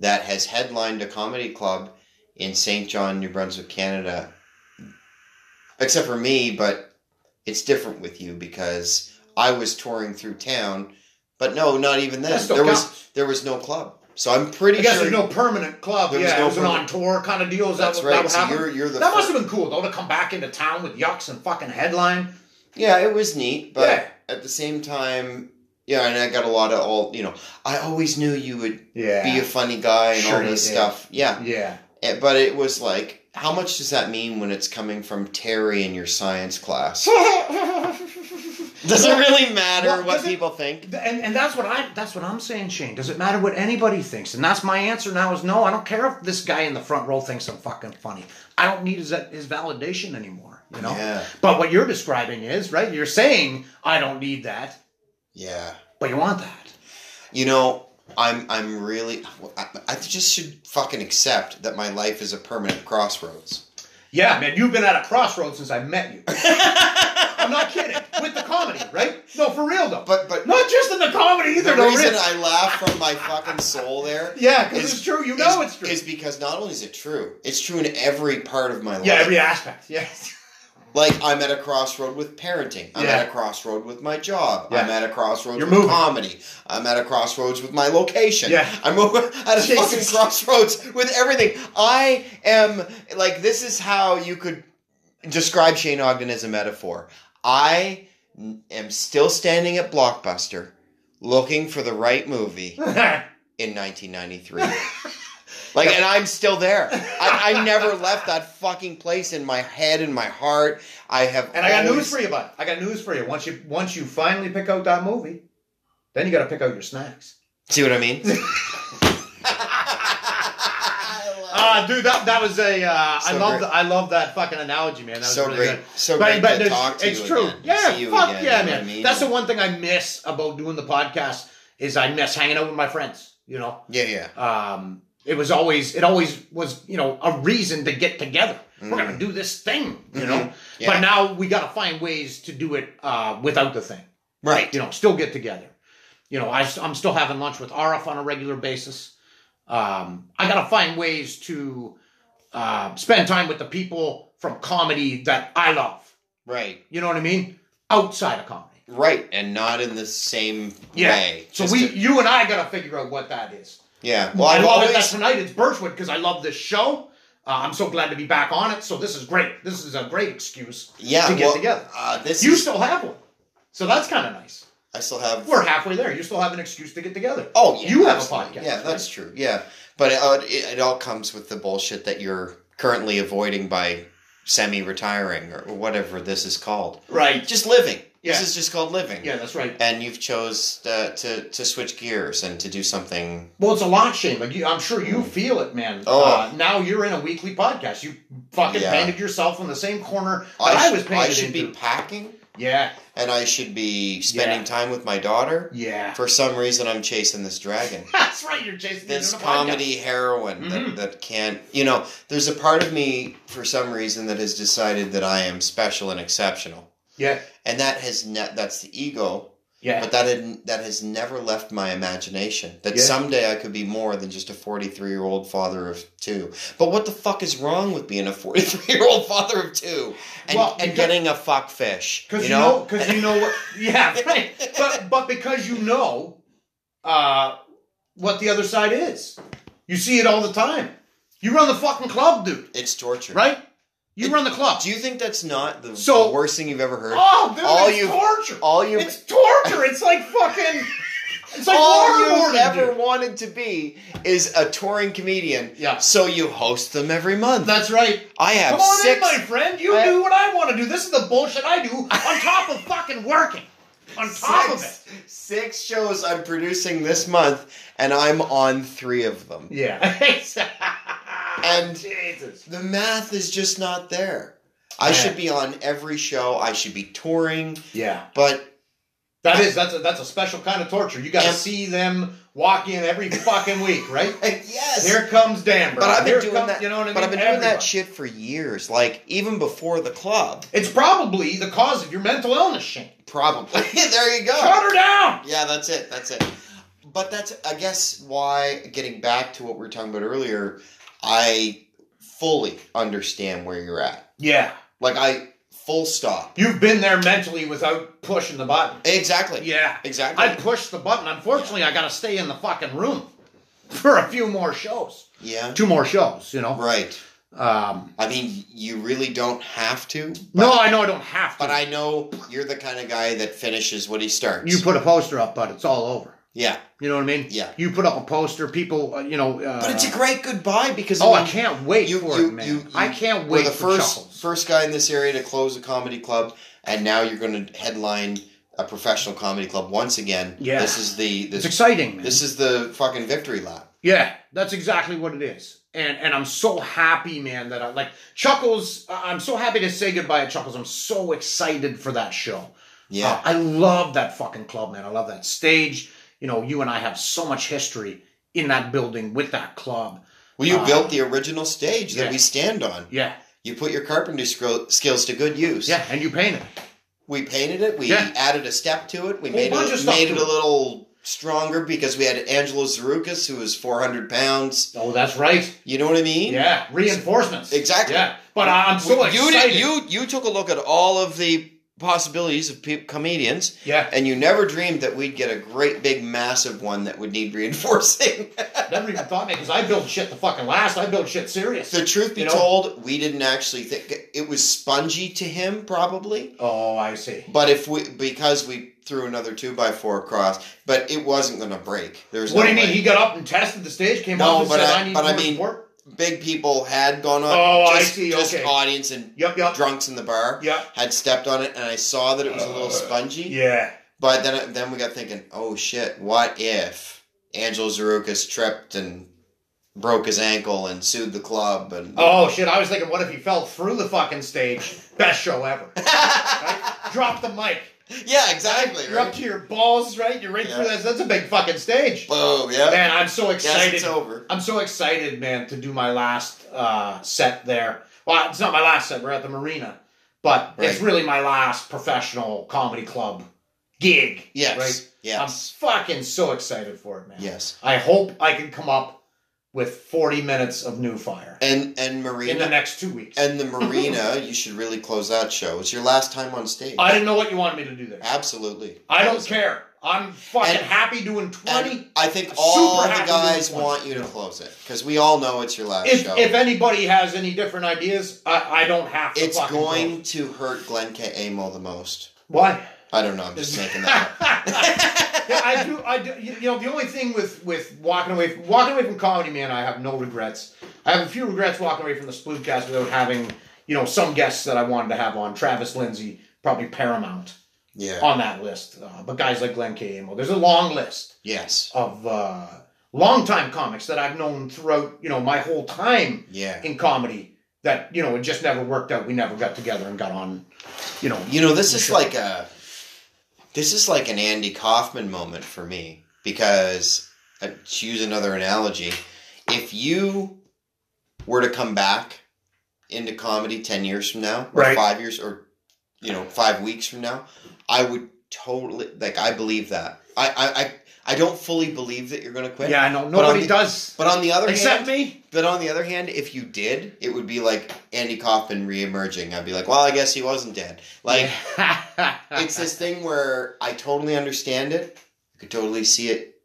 S2: that has headlined a comedy club in Saint John, New Brunswick, Canada. Except for me, but it's different with you because I was touring through town. But no, not even then.
S1: That still
S2: There was
S1: counts.
S2: there was no club. So I'm
S1: I
S2: pretty
S1: guess
S2: sure
S1: there's no permanent club.
S2: There was
S1: yeah,
S2: no
S1: it was an on
S2: permanent-
S1: tour kind of deal. Is
S2: That's
S1: that what
S2: right.
S1: that
S2: So
S1: happened?
S2: you're- you're the
S1: that must
S2: fir-
S1: have been cool though to come back into town with yucks and fucking headline.
S2: Yeah, it was neat, but
S1: Yeah.
S2: at the same time, yeah, and I got a lot of all, you know, I always knew you would
S1: Yeah.
S2: be a funny guy and
S1: Sure
S2: all
S1: you
S2: this
S1: did.
S2: stuff. Yeah.
S1: yeah.
S2: Eh, But it was like, how much does that mean when it's coming from Terry in your science class? Does it really matter
S1: Well,
S2: what
S1: does it-
S2: people think?
S1: And, and that's what I that's what I'm saying, Shane. Does it matter what anybody thinks? And that's my answer now is no. I don't care if this guy in the front row thinks I'm fucking funny. I don't need his his validation anymore. You know.
S2: Yeah.
S1: But what you're describing is right. You're saying I don't need that,
S2: Yeah.
S1: but you want that.
S2: You know, I'm I'm really I, I just should fucking accept that my life is a permanent crossroads.
S1: Yeah, man. You've been at a crossroads since I met you. I'm not kidding. With the comedy, right? No, for real though.
S2: But but
S1: not just in the comedy either.
S2: the
S1: though,
S2: reason
S1: Rich.
S2: I laugh from my fucking soul there
S1: yeah, because
S2: is-
S1: it's true. You know
S2: is,
S1: it's true.
S2: Is because not only is it true, it's true in every part of my life.
S1: yeah, every aspect. Yeah.
S2: Like I'm at a crossroad with parenting. I'm
S1: Yeah.
S2: at a crossroad with my job.
S1: Yeah.
S2: I'm at a crossroads
S1: You're
S2: with
S1: moving.
S2: comedy. I'm at a crossroads with my location.
S1: Yeah.
S2: I'm over at a fucking
S1: Jesus.
S2: crossroads with everything. I am like this is how you could describe Shane Ogden as a metaphor. I am still standing at Blockbuster looking for the right movie in 1993. like, and I'm still there. I, I never left that fucking place in my head and my heart. I have.
S1: And I got news for you, bud. I got news for you. Once you once you finally pick out that movie, then you got to pick out your snacks.
S2: See what I mean?
S1: Ah, dude, that that was a. Uh, I
S2: So
S1: love
S2: great.
S1: I love that fucking analogy, man. That was
S2: so
S1: really
S2: great,
S1: good.
S2: so
S1: But-
S2: great
S1: but
S2: to
S1: there's-
S2: talk to
S1: it's
S2: you
S1: true.
S2: again,
S1: Yeah,
S2: see you
S1: fuck yeah,
S2: again, you know what
S1: man.
S2: I mean?
S1: That's the one thing I miss about doing the podcast is I miss hanging out with my friends. You know,
S2: yeah, yeah.
S1: um, it was always it always was you know a reason to get together. We're gonna do this thing, you know.
S2: Yeah.
S1: But now we gotta find ways to do it uh, without the thing
S2: Right.
S1: you know, still get together. You know, I, am still having lunch with Arif on a regular basis. Um, I got to find ways to uh, spend time with the people from comedy that I love.
S2: Right.
S1: You know what I mean? Outside of comedy.
S2: Right. And not in the same way.
S1: So
S2: Just
S1: we,
S2: to-
S1: you and I got to figure out what that is.
S2: yeah. Well,
S1: I
S2: I've
S1: love it that
S2: always.
S1: tonight it's Birchwood because I love this show. Uh, I'm so glad to be back on it. So this is great. This is a great excuse
S2: Yeah.
S1: to get
S2: well,
S1: together.
S2: Uh, this
S1: You
S2: is,
S1: still have one. So that's kind of nice.
S2: I still have.
S1: We're halfway there. You still have an excuse to get together.
S2: Oh, yeah,
S1: You have a
S2: absolutely.
S1: podcast,
S2: Yeah,
S1: right?
S2: that's true. Yeah, but it, uh, it, it all comes with the bullshit that you're currently avoiding by semi-retiring or whatever this is called.
S1: Right.
S2: Just living.
S1: Yeah.
S2: This is just called living.
S1: Yeah, that's right.
S2: And you've chose uh, to to switch gears and to do something.
S1: Well, it's a lot, Shane. Like you, I'm sure you feel it, man.
S2: Oh.
S1: Uh, now you're in a weekly podcast. You fucking
S2: Yeah.
S1: painted yourself in the same corner that I,
S2: sh-
S1: was painted
S2: I should
S1: into.
S2: be packing,
S1: yeah,
S2: and I should be spending
S1: Yeah.
S2: time with my daughter.
S1: yeah.
S2: For some reason, I'm chasing this dragon.
S1: That's right. You're chasing me
S2: this
S1: into the
S2: comedy heroine
S1: Mhm.
S2: that, that can't you know there's a part of me for some reason that has decided that i am special and exceptional
S1: podcast. Yeah,
S2: and that has ne- that's the ego
S1: yeah.
S2: but that had, that has never left my imagination that
S1: Yeah.
S2: someday i could be more than just a 43 year old father of two but what the fuck is wrong with being a 43 year old father of two and,
S1: Well,
S2: and
S1: because-
S2: getting a fuck fish
S1: Because you know, because you know what. Yeah, right. But but because you know, uh, what the other side is, you see it all the time. You run the fucking club, dude.
S2: it's torture
S1: Right? You run the club.
S2: do you think that's not the
S1: So-
S2: the worst thing you've ever heard
S1: Oh, dude,
S2: All
S1: it's
S2: you-
S1: torture.
S2: all you
S1: It's torture. It's like fucking. It's like
S2: all
S1: waterboarding.
S2: you ever
S1: dude.
S2: wanted to be is a touring comedian.
S1: Yeah.
S2: So you host them every month.
S1: That's right.
S2: I have
S1: Come on
S2: six.
S1: in, my friend. You
S2: I-
S1: do what I want to do. This is the bullshit I do on top of fucking working. On top of it.
S2: six- Six shows I'm producing this month, and I'm on three of them.
S1: Yeah.
S2: And-
S1: Jesus.
S2: The math is just not there. I
S1: Yeah.
S2: should be on every show. I should be touring,
S1: Yeah.
S2: but
S1: That is that's a that's a special kind of torture. You got to
S2: And-
S1: see them walk in every fucking week, right?
S2: yes.
S1: Here comes Dan, bro.
S2: but I've been
S1: Here
S2: doing
S1: come-
S2: that.
S1: You know what I mean?
S2: But I've been doing that
S1: Everybody.
S2: shit for years. Like even before the club,
S1: It's probably the cause of your mental illness, Shane.
S2: probably. there you go.
S1: Shut her down.
S2: Yeah, that's it. That's it. But that's, I guess, why getting back to what we were talking about earlier, I fully understand where you're at.
S1: Yeah.
S2: Like, I full stop.
S1: You've been there mentally without pushing the button.
S2: Exactly.
S1: Yeah.
S2: Exactly.
S1: I pushed the button. Unfortunately, I got to stay in the fucking room for a few more shows.
S2: yeah.
S1: Two more shows, you know.
S2: Right.
S1: Um,
S2: I mean, you really don't have to. But,
S1: no, I know I don't have to.
S2: But I know you're the kind of guy that finishes what he starts.
S1: you put a poster up, but it's all over.
S2: yeah,
S1: You know what I mean?
S2: Yeah.
S1: You put up a poster, people, uh, you know. Uh,
S2: but it's a great goodbye because
S1: Oh,
S2: I
S1: I
S2: mean,
S1: can't wait
S2: you-
S1: for
S2: you-
S1: it, man.
S2: you-
S1: I
S2: you
S1: can't
S2: we're
S1: wait
S2: the
S1: for
S2: first
S1: chuckles.
S2: first guy in this area to close a comedy club, and now you're going to headline a professional comedy club once again.
S1: Yeah.
S2: this is the
S1: it's
S2: this,
S1: exciting, man.
S2: this is the fucking victory lap.
S1: Yeah, that's exactly what it is. And and I'm so happy, man, that I like Chuckles. I- I'm so happy to say goodbye to Chuckles. I'm so excited for that show.
S2: Yeah,
S1: Uh, I love that fucking club, man. I love that stage. You know, you and I have so much history in that building with that club.
S2: well, you
S1: uh,
S2: built the original stage that
S1: yeah.
S2: we stand on.
S1: Yeah,
S2: You put your carpentry scro- skills to good use.
S1: yeah, and you painted.
S2: We painted it. We
S1: Yeah.
S2: added a step to it. We
S1: Whole
S2: made
S1: bunch of
S2: it
S1: stuff
S2: made
S1: to
S2: it
S1: it.
S2: a little stronger because we had Angelo Zarukas, who was 400 pounds.
S1: Oh, that's right.
S2: You know what I mean?
S1: Yeah, reinforcements.
S2: Exactly.
S1: Yeah, but I'm so
S2: you
S1: excited.
S2: did. You you took a look at all of the possibilities of pe- comedians,
S1: yeah,
S2: and you never dreamed that we'd get a great big massive one that would need reinforcing.
S1: never even thought that because I built shit to fucking last. I built shit serious.
S2: the truth be
S1: You know?
S2: told, we didn't actually think it was spongy to him, probably.
S1: Oh, I see.
S2: But if we because we threw another two by four across, but it wasn't going to break. There was
S1: What
S2: no
S1: do you mean?
S2: way.
S1: He got up and tested the stage, came
S2: No,
S1: off and
S2: but
S1: said,
S2: I-
S1: "I need
S2: but I
S1: more
S2: mean-
S1: support."
S2: big people had gone on.
S1: Oh, I
S2: just,
S1: see,
S2: Just
S1: okay.
S2: audience and
S1: Yep, yep,
S2: drunks in the bar
S1: yep.
S2: had stepped on it, and I saw that it was a little spongy.
S1: Yeah,
S2: But then then we got thinking, oh shit, what if Angelo Zarukas tripped and broke his ankle and sued the club and
S1: Oh shit! I was thinking, what if he fell through the fucking stage? Best show ever. Right? Drop the mic.
S2: yeah, exactly.
S1: You're up
S2: Right?
S1: to your balls, right? You're right through
S2: Yeah.
S1: that. That's a big fucking stage.
S2: Boom, yeah.
S1: Man, I'm so
S2: Yes,
S1: excited.
S2: it's over.
S1: I'm so excited, man, to do my last uh, set there. Well, it's not my last set. We're at the marina, but it's
S2: Right.
S1: really my last professional comedy club gig.
S2: Yes.
S1: Right?
S2: Yes.
S1: I'm fucking so excited for it, man.
S2: yes.
S1: I hope I can come up with 40 minutes of new fire
S2: And and
S1: in the
S2: Marina
S1: next two weeks.
S2: and the Marina, you should really close that show. It's your last time on stage.
S1: I didn't know what you wanted me to do there.
S2: Absolutely.
S1: I don't care. I'm fucking
S2: And-
S1: happy doing 20.
S2: And I think
S1: Super
S2: all the
S1: happy
S2: guys
S1: with one.
S2: want you to close it because we all know it's your last
S1: If,
S2: show.
S1: if anybody has any different ideas, I, I don't have to
S2: it's
S1: fucking
S2: going
S1: go.
S2: to hurt Glenn K. Amo the most.
S1: Why?
S2: I don't know. I'm just making that up.
S1: yeah, I do. I do. You you know, the only thing with with walking away from, walking away from comedy, man, I have no regrets. I have a few regrets walking away from the Sploodcast without having you know some guests that I wanted to have on. Travis Lindsay, probably paramount
S2: Yeah.
S1: on that list. Uh, but guys like Glenn K. Amo, there's a long list
S2: Yes.
S1: of uh, longtime comics that I've known throughout you know my whole time
S2: Yeah.
S1: in comedy that you know it just never worked out. We never got together and got on. You know,
S2: You know, this is
S1: Sure.
S2: like a this is like an Andy Kaufman moment for me because uh, to use another analogy, if you were to come back into comedy ten years from now, or
S1: Right.
S2: five years, or you know, five weeks from now, I would totally like. I believe that. I I I, I don't fully believe that you're going to quit.
S1: yeah, I know nobody
S2: on the-
S1: does
S2: But on the other
S1: except
S2: hand,
S1: me.
S2: but on the other hand, if you did, it would be like Andy Kaufman reemerging. I'd be like, well, I guess he wasn't dead. Like. it's this thing where I totally understand it. I could totally see it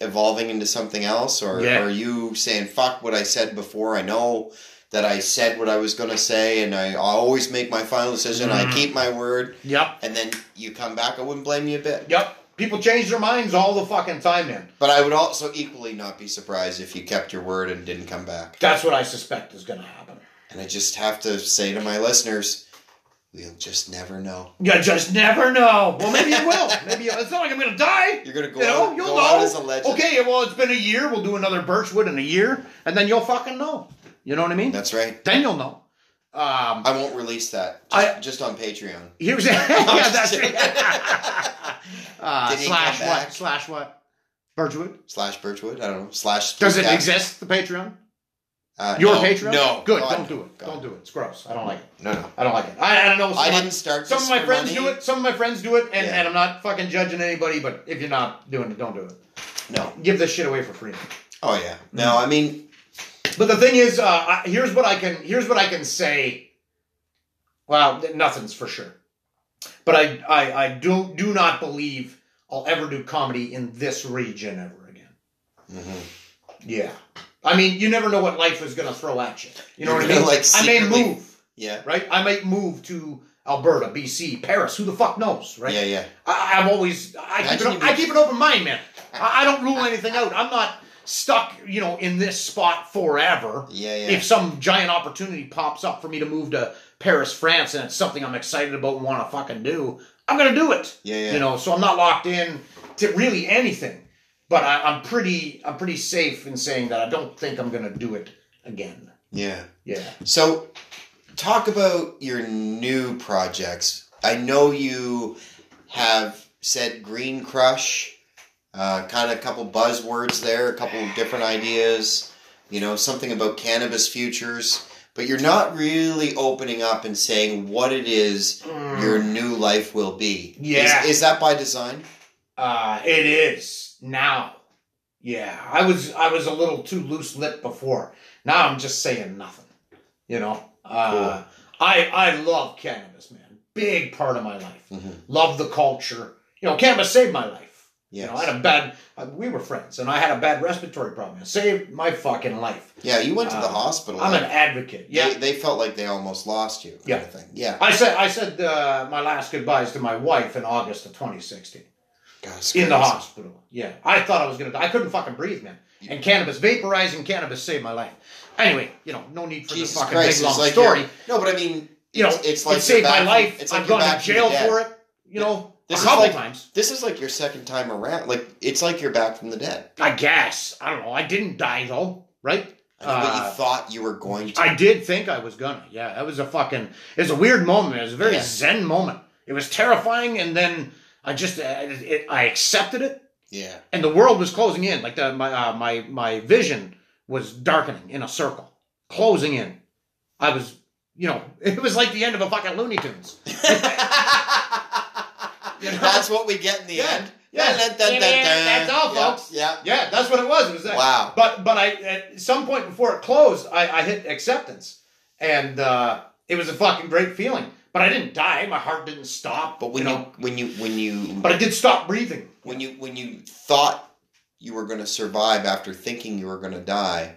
S2: evolving into something else, or
S1: Yeah.
S2: or you saying "fuck" what I said before. I know that I said what I was gonna say, and I, I always make my final decision. I
S1: Mhm.
S2: keep my word,
S1: yep,
S2: and then you come back. I wouldn't blame you a bit,
S1: yep. People change their minds all the fucking time, man.
S2: but I would also equally not be surprised if you kept your word and didn't come back.
S1: That's what I suspect is going to happen.
S2: And I just have to say to my listeners, we'll just never know.
S1: You just never know. Well, maybe you will. Maybe you, it's not like I'm going to die.
S2: You're gonna go,
S1: You know,
S2: out,
S1: you'll
S2: go out
S1: know.
S2: as a legend.
S1: Okay, well, it's been a year. We'll do another Birchwood in a year, and then you'll fucking know. You know what I mean?
S2: that's right.
S1: Then you'll know. Um,
S2: I won't release that. Just,
S1: I-
S2: just on Patreon.
S1: here's yeah, that's
S2: Did
S1: it.
S2: he
S1: uh,
S2: come
S1: slash
S2: back?
S1: what? Slash what? Birchwood.
S2: slash Birchwood. I don't know. Slash.
S1: Does it
S2: Spookcast.
S1: exist? The Patreon.
S2: Uh,
S1: Your
S2: no,
S1: Patreon.
S2: No.
S1: Good.
S2: God,
S1: don't do it.
S2: God.
S1: Don't do it. It's gross. I don't like it.
S2: No, no.
S1: I don't like it. I, I don't know.
S2: I
S1: someone-
S2: didn't start.
S1: Some of
S2: this
S1: my
S2: for
S1: friends
S2: money.
S1: do it. Some of my friends do it, and,
S2: Yeah.
S1: and I'm not fucking judging anybody. But if you're not doing it, don't do it.
S2: No.
S1: Give this shit away for free.
S2: Oh yeah.
S1: Mm-hmm.
S2: No, I mean,
S1: But the thing is, uh, I, here's what I can here's what I can say. Well, th- nothing's for sure, but I I, I do do not believe I'll ever do comedy in this region ever again.
S2: mhm.
S1: Yeah, I mean, you never know what life is going to throw at you. You know
S2: You're
S1: what I
S2: gonna,
S1: mean?
S2: like,
S1: I may
S2: secretly-
S1: move,
S2: Yeah.
S1: right? I might move to Alberta, BC, Paris. Who the fuck knows, right?
S2: Yeah, yeah.
S1: I, I've always I keep,
S2: Imagine
S1: an,
S2: if
S1: I
S2: you-
S1: keep an open mind, man. I, I don't rule anything out. I'm not stuck, you know, in this spot forever.
S2: Yeah, yeah.
S1: If some giant opportunity pops up for me to move to Paris, France, and it's something I'm excited about and want to fucking do, I'm gonna do it.
S2: Yeah, yeah.
S1: You know, so I'm not locked in to really anything. But I, I'm pretty, I'm pretty safe in saying that I don't think I'm gonna do it again.
S2: yeah.
S1: Yeah.
S2: So, talk about your new projects. I know you have said Green Crush, uh, kind of a couple buzzwords there, a couple of different ideas, you know, something about cannabis futures, but you're not really opening up and saying what it is your new life will be.
S1: Mm. Yeah.
S2: Is, is that by design?
S1: Uh, it is now. Yeah, I was I was a little too loose lipped before. Now I'm just saying nothing. You know, uh, I I love cannabis, man. Big part of my life.
S2: Mhm.
S1: Love the culture. You know, cannabis saved my life.
S2: Yes.
S1: You know, I had a bad. Uh, we were friends, and I had a bad respiratory problem. It saved my fucking life.
S2: yeah, you went to the
S1: Uh,
S2: hospital.
S1: I'm an
S2: Like,
S1: advocate. Yeah,
S2: They, they felt like they almost lost you. Kind
S1: Yeah.
S2: Of thing. Yeah.
S1: I said I said uh, my last goodbyes to my wife in August of 2016.
S2: God, it's
S1: in the
S2: crazy.
S1: hospital. Yeah, I thought I was gonna. die. I couldn't fucking breathe, man. And cannabis, vaporizing cannabis saved my life. Anyway, you know, no need for
S2: Jesus
S1: the fucking
S2: Christ,
S1: big long
S2: it's like
S1: story.
S2: you're- No, but I mean,
S1: you know,
S2: it's, it's like
S1: it saved
S2: you're
S1: my
S2: back-
S1: life.
S2: It's like
S1: I've
S2: you're
S1: gone to
S2: back from
S1: jail
S2: the dead.
S1: for it. You know,
S2: This
S1: a
S2: is
S1: couple
S2: like-
S1: times.
S2: This is like your second time around. Like it's like you're back from the dead.
S1: I guess I don't know. I didn't die though, right?
S2: I know, but
S1: Uh,
S2: you thought you were going to.
S1: I did think I was gonna. Yeah, that was a fucking. It was a weird moment. It was a very
S2: Yeah.
S1: zen moment. It was terrifying, and then I just uh, it, it, I accepted it.
S2: yeah,
S1: and the world was closing in. Like the, my uh, my my vision was darkening in a circle, closing in. I was, you know, it was like the end of a fucking Looney Tunes.
S2: that's what we get in the
S1: Yeah,
S2: end.
S1: yeah.
S2: Dun, dun, dun, dun, dun.
S1: That's all,
S2: Yeah,
S1: folks.
S2: Yeah.
S1: Yeah, that's what it was. It was that.
S2: Wow.
S1: But but I at some point before it closed, I, I hit acceptance, and uh, it was a fucking great feeling. But I didn't die. My heart didn't stop.
S2: But when
S1: you
S2: you,
S1: know,
S2: when you when you
S1: but I did stop breathing.
S2: when you when you thought you were going to survive after thinking you were going to die,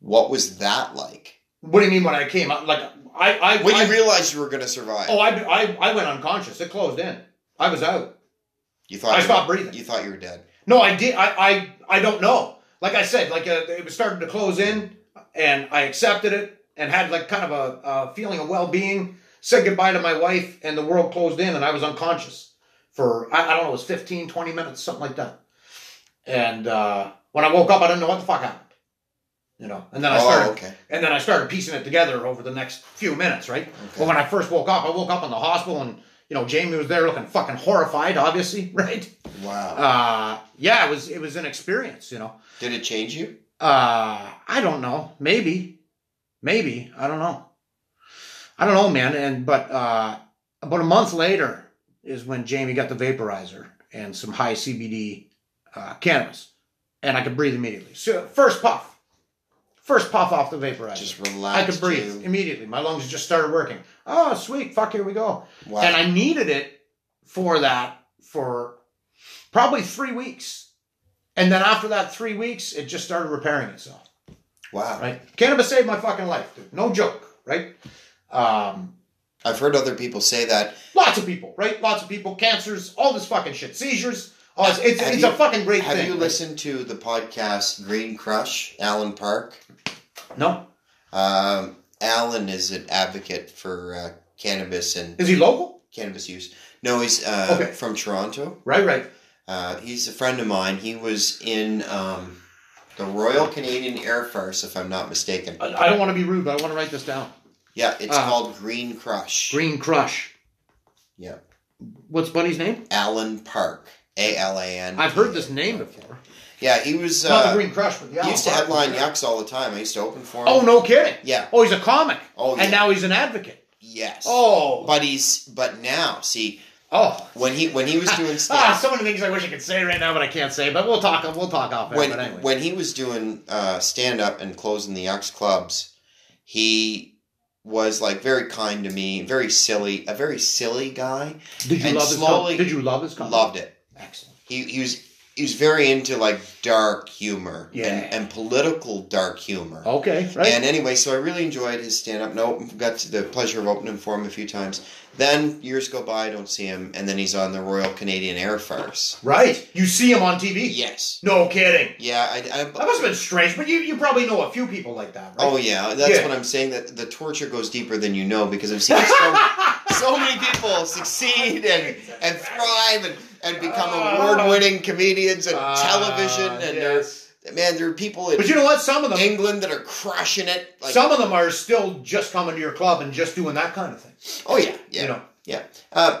S2: what was that like?
S1: What do you mean when I came out? Like I I
S2: When
S1: I,
S2: you realized you were going to survive,
S1: oh I, I I went unconscious. It closed in. I was out.
S2: you thought
S1: I
S2: you
S1: stopped
S2: were,
S1: breathing.
S2: You thought you were dead.
S1: No, I did. I I, I don't know. Like I said, like uh, it was starting to close in, and I accepted it and had like kind of a, a feeling of well being. Said goodbye to my wife, and the world closed in, and I was unconscious for I, I don't know, it was 15, 20 minutes, something like that. And uh, when I woke up, I didn't know what the fuck happened. You know, and then I started,
S2: oh, okay.
S1: and then I started piecing it together over the next few minutes, right? But when I first woke up, I woke up in the hospital, and you know, Jamie was there looking fucking horrified, obviously, right?
S2: Wow.
S1: uh yeah it was it was an experience you know
S2: Did it change you?
S1: uh i don't know maybe maybe i don't know i don't know man and but uh about a month later is when jamie got the vaporizer and some high cbd uh cannabis and i could breathe immediately so first puff first puff off the vaporizer
S2: Just
S1: i
S2: relax.
S1: could breathe
S2: You.
S1: immediately my lungs just started working oh sweet fuck here we go
S2: Wow.
S1: and I needed it for that for probably three weeks. And then after that three weeks, it just started repairing itself.
S2: wow.
S1: Right? Cannabis saved my fucking life, dude. No joke, right? Um,
S2: I've heard other people say that.
S1: lots of people, right? Lots of people, cancers, all this fucking shit, seizures. All this, it's
S2: Have
S1: it's
S2: you-
S1: a fucking great
S2: Have
S1: thing.
S2: you
S1: right?
S2: listened to the podcast Green Crush, Alan Park?
S1: No.
S2: Um, Alan is an advocate for uh, cannabis and
S1: Is he local?
S2: cannabis use. No, he's uh,
S1: Okay.
S2: from Toronto.
S1: Right, right.
S2: Uh, he's a friend of mine. He was in um, the Royal Canadian Air Force, if I'm not mistaken.
S1: I, I don't want to be rude, but I want to write this down.
S2: yeah, it's
S1: uh,
S2: called Green Crush.
S1: Green Crush.
S2: Yeah.
S1: What's Buddy's name?
S2: Alan Park. A L A N.
S1: I've heard this name before.
S2: Yeah, he was.
S1: Not the
S2: Uh,
S1: Green Crush, but the
S2: he used to
S1: Allen Park.
S2: headline Yucks all the time. I used to open for him.
S1: Oh, no kidding.
S2: Yeah.
S1: Oh, he's a comic.
S2: Oh, yeah.
S1: And now he's an advocate.
S2: Yes.
S1: Oh.
S2: But he's but now see
S1: oh.
S2: when he when he was doing
S1: Ah,
S2: stand
S1: so many things I wish I could say right now, but I can't say. But we'll talk. We'll talk off air.
S2: when
S1: but anyway.
S2: when he was doing uh, stand up and closing the Yucks clubs, he was like very kind to me, very silly, a very silly guy.
S1: did you
S2: and
S1: love his
S2: slowly-
S1: comedy? Did you love his comedy?
S2: Loved it.
S1: Excellent.
S2: He he was he was very into like dark humor
S1: Yeah.
S2: and, and political dark humor.
S1: Okay, right?
S2: And anyway, so I really enjoyed his stand up. No, got the pleasure of opening for him a few times. Then years go by, I don't see him, and then he's on the Royal Canadian Air Force.
S1: right. You see him on TV.
S2: Yes.
S1: No kidding.
S2: Yeah, I, I-
S1: That must have been strange, but you, you probably know a few people like that, right?
S2: Oh yeah, that's
S1: Yeah.
S2: what I'm saying. That the torture goes deeper than you know because I've seen so, so many people succeed and and thrive and, and become
S1: Ah.
S2: award-winning comedians and
S1: Ah,
S2: Oh, television and
S1: yes.
S2: there- man, there are people in
S1: But you know what? Some of them,
S2: England that are crushing it. Like,
S1: some of them are still just coming to your club and just doing that kind of thing.
S2: oh yeah, yeah,
S1: You know,
S2: yeah. Uh,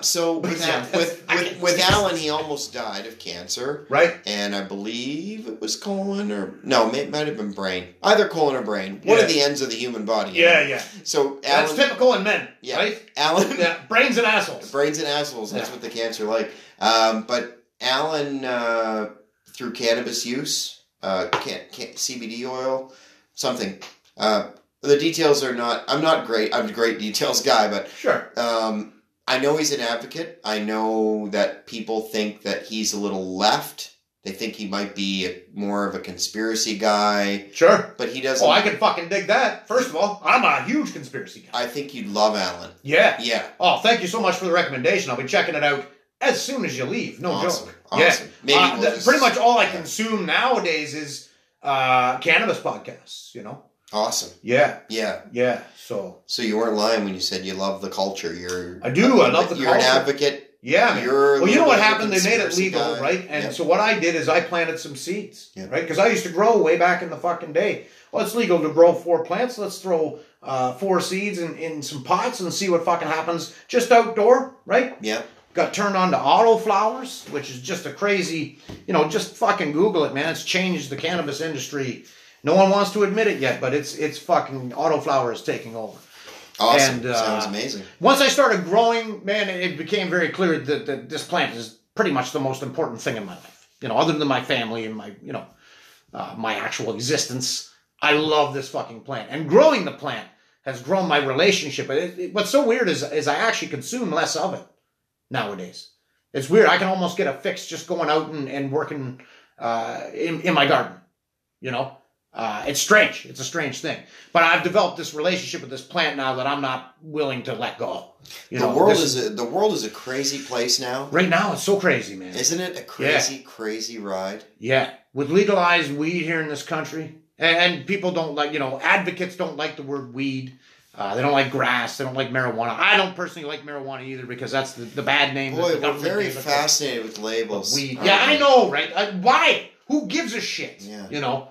S2: so with,
S1: Yeah,
S2: Al- with,
S1: I
S2: with
S1: can-
S2: with Alan, he almost died of cancer.
S1: right?
S2: and I believe it was colon or no, it might have been brain. Either colon or brain. One of
S1: Yeah.
S2: the ends of the human body.
S1: Yeah, yeah.
S2: So
S1: That's
S2: Alan,
S1: typical in men,
S2: yeah,
S1: right?
S2: Alan,
S1: Yeah, brains and assholes.
S2: brains and assholes. That's
S1: Yeah.
S2: what the cancer like. Um, but Alan, uh, through cannabis use, uh, can, can, CBD oil, something. Uh, the details are not. I'm not great. I'm a great details guy, but
S1: Sure.
S2: um, I know he's an advocate. I know that people think that he's a little left. They think he might be a, more of a conspiracy guy,
S1: Sure.
S2: but he doesn't.
S1: Oh, I can fucking dig that. First of all, I'm a huge conspiracy guy.
S2: I think you'd love Alan.
S1: Yeah.
S2: Yeah,
S1: Oh, thank you so much for the recommendation. I'll be checking it out as soon as you leave. No
S2: awesome,
S1: joke. Yeah.
S2: awesome. Maybe
S1: Uh,
S2: we'll
S1: th-
S2: just-
S1: pretty much all I
S2: yeah.
S1: consume nowadays is uh, cannabis podcasts. You know.
S2: Awesome.
S1: Yeah,
S2: Yeah.
S1: yeah. So
S2: So you weren't lying when you said you love the culture. You're.
S1: I do. I love the
S2: You're
S1: culture.
S2: an advocate.
S1: yeah, man.
S2: You're. a
S1: Well, you
S2: little
S1: know what
S2: bit of a
S1: happened? They made it
S2: conspiracy
S1: legal,
S2: guy.
S1: right? And
S2: Yeah.
S1: so what I did is I planted some seeds,
S2: Yeah.
S1: right? Because I used to grow way back in the fucking day. Well, it's legal to grow four plants. Let's throw uh, four seeds in, in some pots and see what fucking happens just outdoor, right?
S2: yeah.
S1: got turned on to auto flowers, which is just a crazy, you know, just fucking Google it, man. It's changed the cannabis industry. No one wants to admit it yet, but it's it's fucking auto flower is taking over.
S2: Awesome.
S1: And, uh,
S2: Sounds amazing.
S1: Once I started growing, man, it became very clear that, that this plant is pretty much the most important thing in my life. You know, other than my family and my, you know, uh, my actual existence, I love this fucking plant. And growing the plant has grown my relationship. But it, it- what's so weird is, is I actually consume less of it nowadays. It's weird. I can almost get a fix just going out and, and working uh, in, in my garden. You know, uh, it's strange. It's a strange thing. But I've developed this relationship with this plant now that I'm not willing to let go. You
S2: the
S1: know,
S2: world
S1: this-
S2: is a, the world is a crazy place now.
S1: right now. It's so crazy, man.
S2: Isn't it a crazy, crazy ride?
S1: Yeah, with legalized weed here in this country, and, and people don't like, you know, advocates don't like the word weed. Uh, they don't like grass. They don't like marijuana. I don't personally like marijuana either because that's the, the bad name. that the
S2: Boy, we're
S1: government
S2: very
S1: gave it.
S2: fascinated with labels.
S1: Weed.
S2: aren't
S1: Yeah,
S2: we?
S1: I know, right? Uh, why? Who gives a shit?
S2: Yeah.
S1: You know,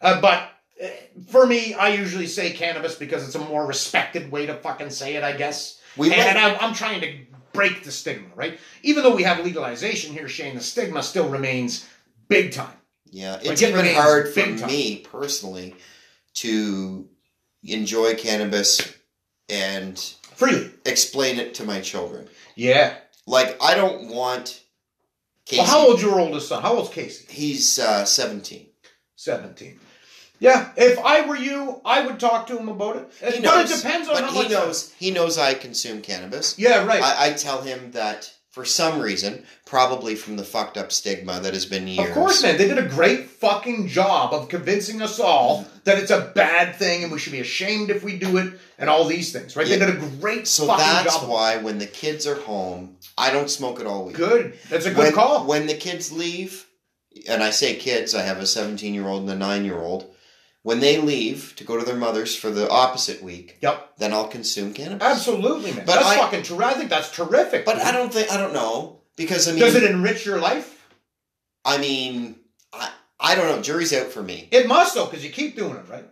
S1: uh, but uh, for me, I usually say cannabis because it's a more respected way to fucking say it, I guess.
S2: We
S1: and
S2: let-
S1: I, I'm trying to break the stigma, right? Even though we have legalization here, Shane, the stigma still remains big time.
S2: Yeah,
S1: Like,
S2: it's
S1: it
S2: even
S1: remains
S2: hard for
S1: big time.
S2: me personally to enjoy cannabis and
S1: Freely.
S2: explain it to my children.
S1: Yeah.
S2: Like, I don't want Casey.
S1: Well, how old's your oldest son? How old's Casey?
S2: He's uh, 17.
S1: 17. Yeah, if I were you, I would talk to him about it.
S2: He
S1: But
S2: knows,
S1: it depends on
S2: but
S1: how
S2: he
S1: much.
S2: knows. He knows I consume cannabis.
S1: Yeah, right.
S2: I, I tell him that for some reason, probably from the fucked up stigma that has been years.
S1: Of course, man. They did a great fucking job of convincing us all that it's a bad thing and we should be ashamed if we do it and all these things, right?
S2: Yeah.
S1: They did a great
S2: So
S1: fucking
S2: that's
S1: job. of-
S2: why when the kids are home, I don't smoke it all week.
S1: Good. That's a good
S2: when,
S1: call.
S2: When the kids leave, and I say kids, I have a 17 year old and a 9 year old. When they leave to go to their mother's for the opposite week,
S1: yep.
S2: then I'll consume cannabis.
S1: Absolutely, man.
S2: But
S1: that's
S2: I-
S1: fucking terrific. I think that's terrific.
S2: But
S1: dude.
S2: I don't think, I don't know. Because I mean,
S1: Does it enrich your life?
S2: I mean, I, I don't know. Jury's out for me.
S1: It must, though, because you keep doing it, right?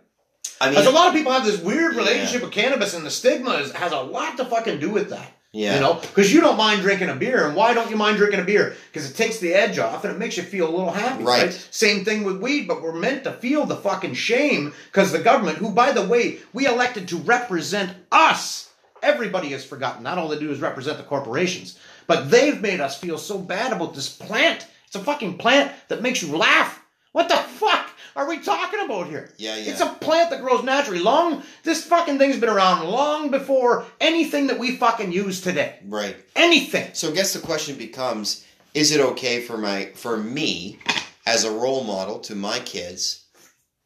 S2: I mean,
S1: Because a lot of people have this weird
S2: Yeah.
S1: relationship with cannabis, and the stigma is, has a lot to fucking do with that.
S2: yeah.
S1: You know, because you don't mind drinking a beer, and why don't you mind drinking a beer? Because it takes the edge off, and it makes you feel a little happy.
S2: Right.
S1: Right. Same thing with weed, but we're meant to feel the fucking shame because the government, who by the way, we elected to represent us, everybody has forgotten. Not all they do is represent the corporations, but they've made us feel so bad about this plant. It's a fucking plant that makes you laugh. What the fuck are we talking about here?
S2: Yeah, yeah.
S1: It's a plant that grows naturally. Long this fucking thing's been around long before anything that we fucking use today.
S2: right.
S1: Anything.
S2: So I guess the question becomes: Is it okay for my for me as a role model to my kids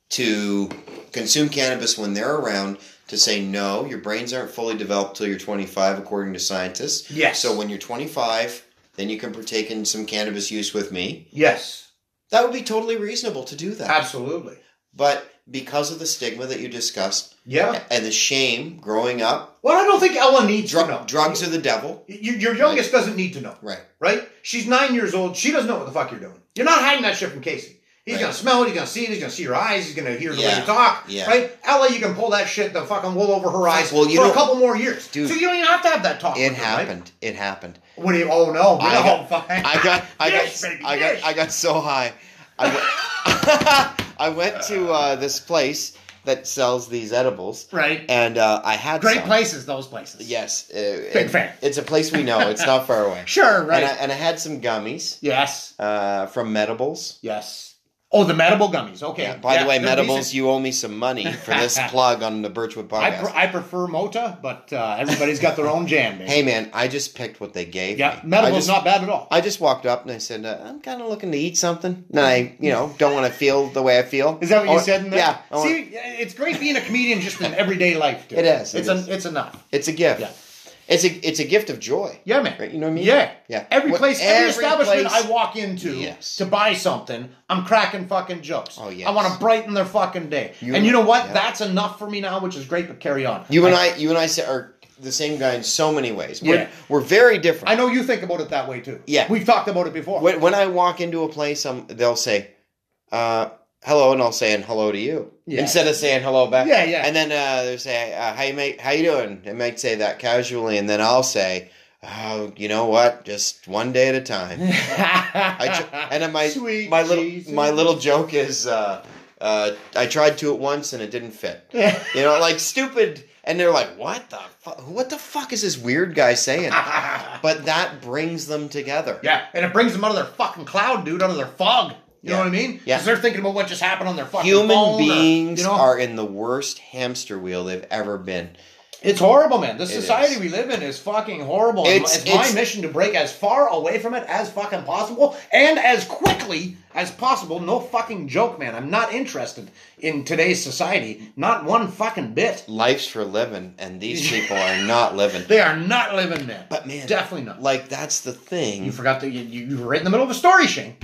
S2: to consume cannabis when they're around to say no your brains aren't fully developed till you're 25 according to scientists
S1: Yes.
S2: so when you're 25 then you can partake in some cannabis use with me
S1: Yes.
S2: that would be totally reasonable to do that
S1: Absolutely.
S2: but because of the stigma that you discussed
S1: Yeah.
S2: and the shame growing up
S1: Well, I don't think Ella needs
S2: dr-
S1: to know.
S2: drugs are the devil
S1: Y- your youngest doesn't need to know,
S2: right
S1: right? She's nine years old. She doesn't know what the fuck you're doing. You're not hiding that shit from Casey. He's
S2: Right.
S1: gonna smell it. He's gonna see it. He's gonna see your eyes. He's gonna hear the way
S2: Yeah.
S1: you talk.
S2: Yeah.
S1: Right? Ella, you can pull that shit the fucking wool over her eyes
S2: Well, you
S1: for a
S2: don't-
S1: couple more years.
S2: Dude.
S1: so you don't even have to have that talk.
S2: it
S1: with her, right?
S2: happened it happened
S1: What do you? Oh no!
S2: I
S1: no,
S2: got-
S1: fucking-
S2: I got, I
S1: Yes,
S2: got,
S1: baby,
S2: I got,
S1: yes.
S2: I got so high. I went, I went to uh, this place that sells these edibles,
S1: right.
S2: and uh, I had
S1: Great
S2: some.
S1: places, those places.
S2: Yes, uh,
S1: Big
S2: it-
S1: fan.
S2: It's a place we know. It's not far away.
S1: Sure. Right.
S2: And I, and I had some gummies
S1: yes.
S2: uh, from Medibles.
S1: Yes. Oh, the Medible gummies. Okay.
S2: Yeah, by the way,
S1: they're
S2: Medibles,
S1: decent.
S2: you owe me some money for this plug on the Birchwood
S1: I,
S2: podcast.
S1: pr- I prefer Mota, but uh, everybody's got their own jam. man.
S2: hey man, I just picked what they gave
S1: yeah,
S2: me. I
S1: Medible's
S2: just,
S1: not bad at all.
S2: I just walked up and I said, uh, "I'm kind of looking to eat something." And I, you know, don't want to feel the way I feel.
S1: Is that what you
S2: Oh,
S1: said? In there?
S2: Yeah. I wanna-
S1: See, it's great being a comedian just in everyday life. Dude.
S2: It is, it
S1: It's
S2: is.
S1: An, it's enough.
S2: It's a gift.
S1: Yeah.
S2: It's a it's a gift of joy.
S1: Yeah, man.
S2: Right, you know what I mean?
S1: Yeah.
S2: Yeah.
S1: Every
S2: What-
S1: place, every,
S2: every
S1: establishment
S2: place-
S1: I walk into
S2: Yes.
S1: to buy something, I'm cracking fucking jokes.
S2: Oh, yes.
S1: I want to brighten their fucking day.
S2: You-
S1: and you know what?
S2: yeah.
S1: That's enough for me now, which is great, but carry on.
S2: You and I, you and I sa- are the same guy in so many ways. We're,
S1: Yeah.
S2: we're very different.
S1: I know you think about it that way too.
S2: Yeah.
S1: We've talked about it before.
S2: When, when I walk into a place, um, they'll say, uh, "Hello," and I'll say, "And hello to you,"
S1: Yeah.
S2: instead of saying hello back.
S1: Yeah, yeah.
S2: And then uh, they'll say, uh, "How you mate? How you doing?" They might say that casually, and then I'll say, "Oh, you know what? Just one day at a time." I ju- and then my
S1: Sweet
S2: my little
S1: Jesus.
S2: my little joke is, uh, uh, I tried to it once and it didn't fit.
S1: Yeah.
S2: You know, like stupid. And they're like, what the fuck? What the fuck is this weird guy saying? but that brings them together.
S1: yeah, and it brings them out of their fucking cloud, dude, out of their fog. You know
S2: Yeah.
S1: what I mean? Because
S2: Yeah.
S1: they're thinking about what just happened on their fucking phone
S2: Human
S1: or,
S2: beings
S1: you know?
S2: are in the worst hamster wheel they've ever been.
S1: It's horrible, man. This
S2: It
S1: society
S2: is.
S1: we live in is fucking horrible. and
S2: It's-
S1: It's, my
S2: it's-
S1: mission to break as far away from it as fucking possible and as quickly as possible. No fucking joke, man. I'm not interested in today's society. Not one fucking bit.
S2: Life's for living, and these people are not living.
S1: They are not living, man.
S2: But man,
S1: definitely not.
S2: like that's the
S1: You
S2: thing.
S1: forgot that you, you, you were right in the middle of a story, Shane.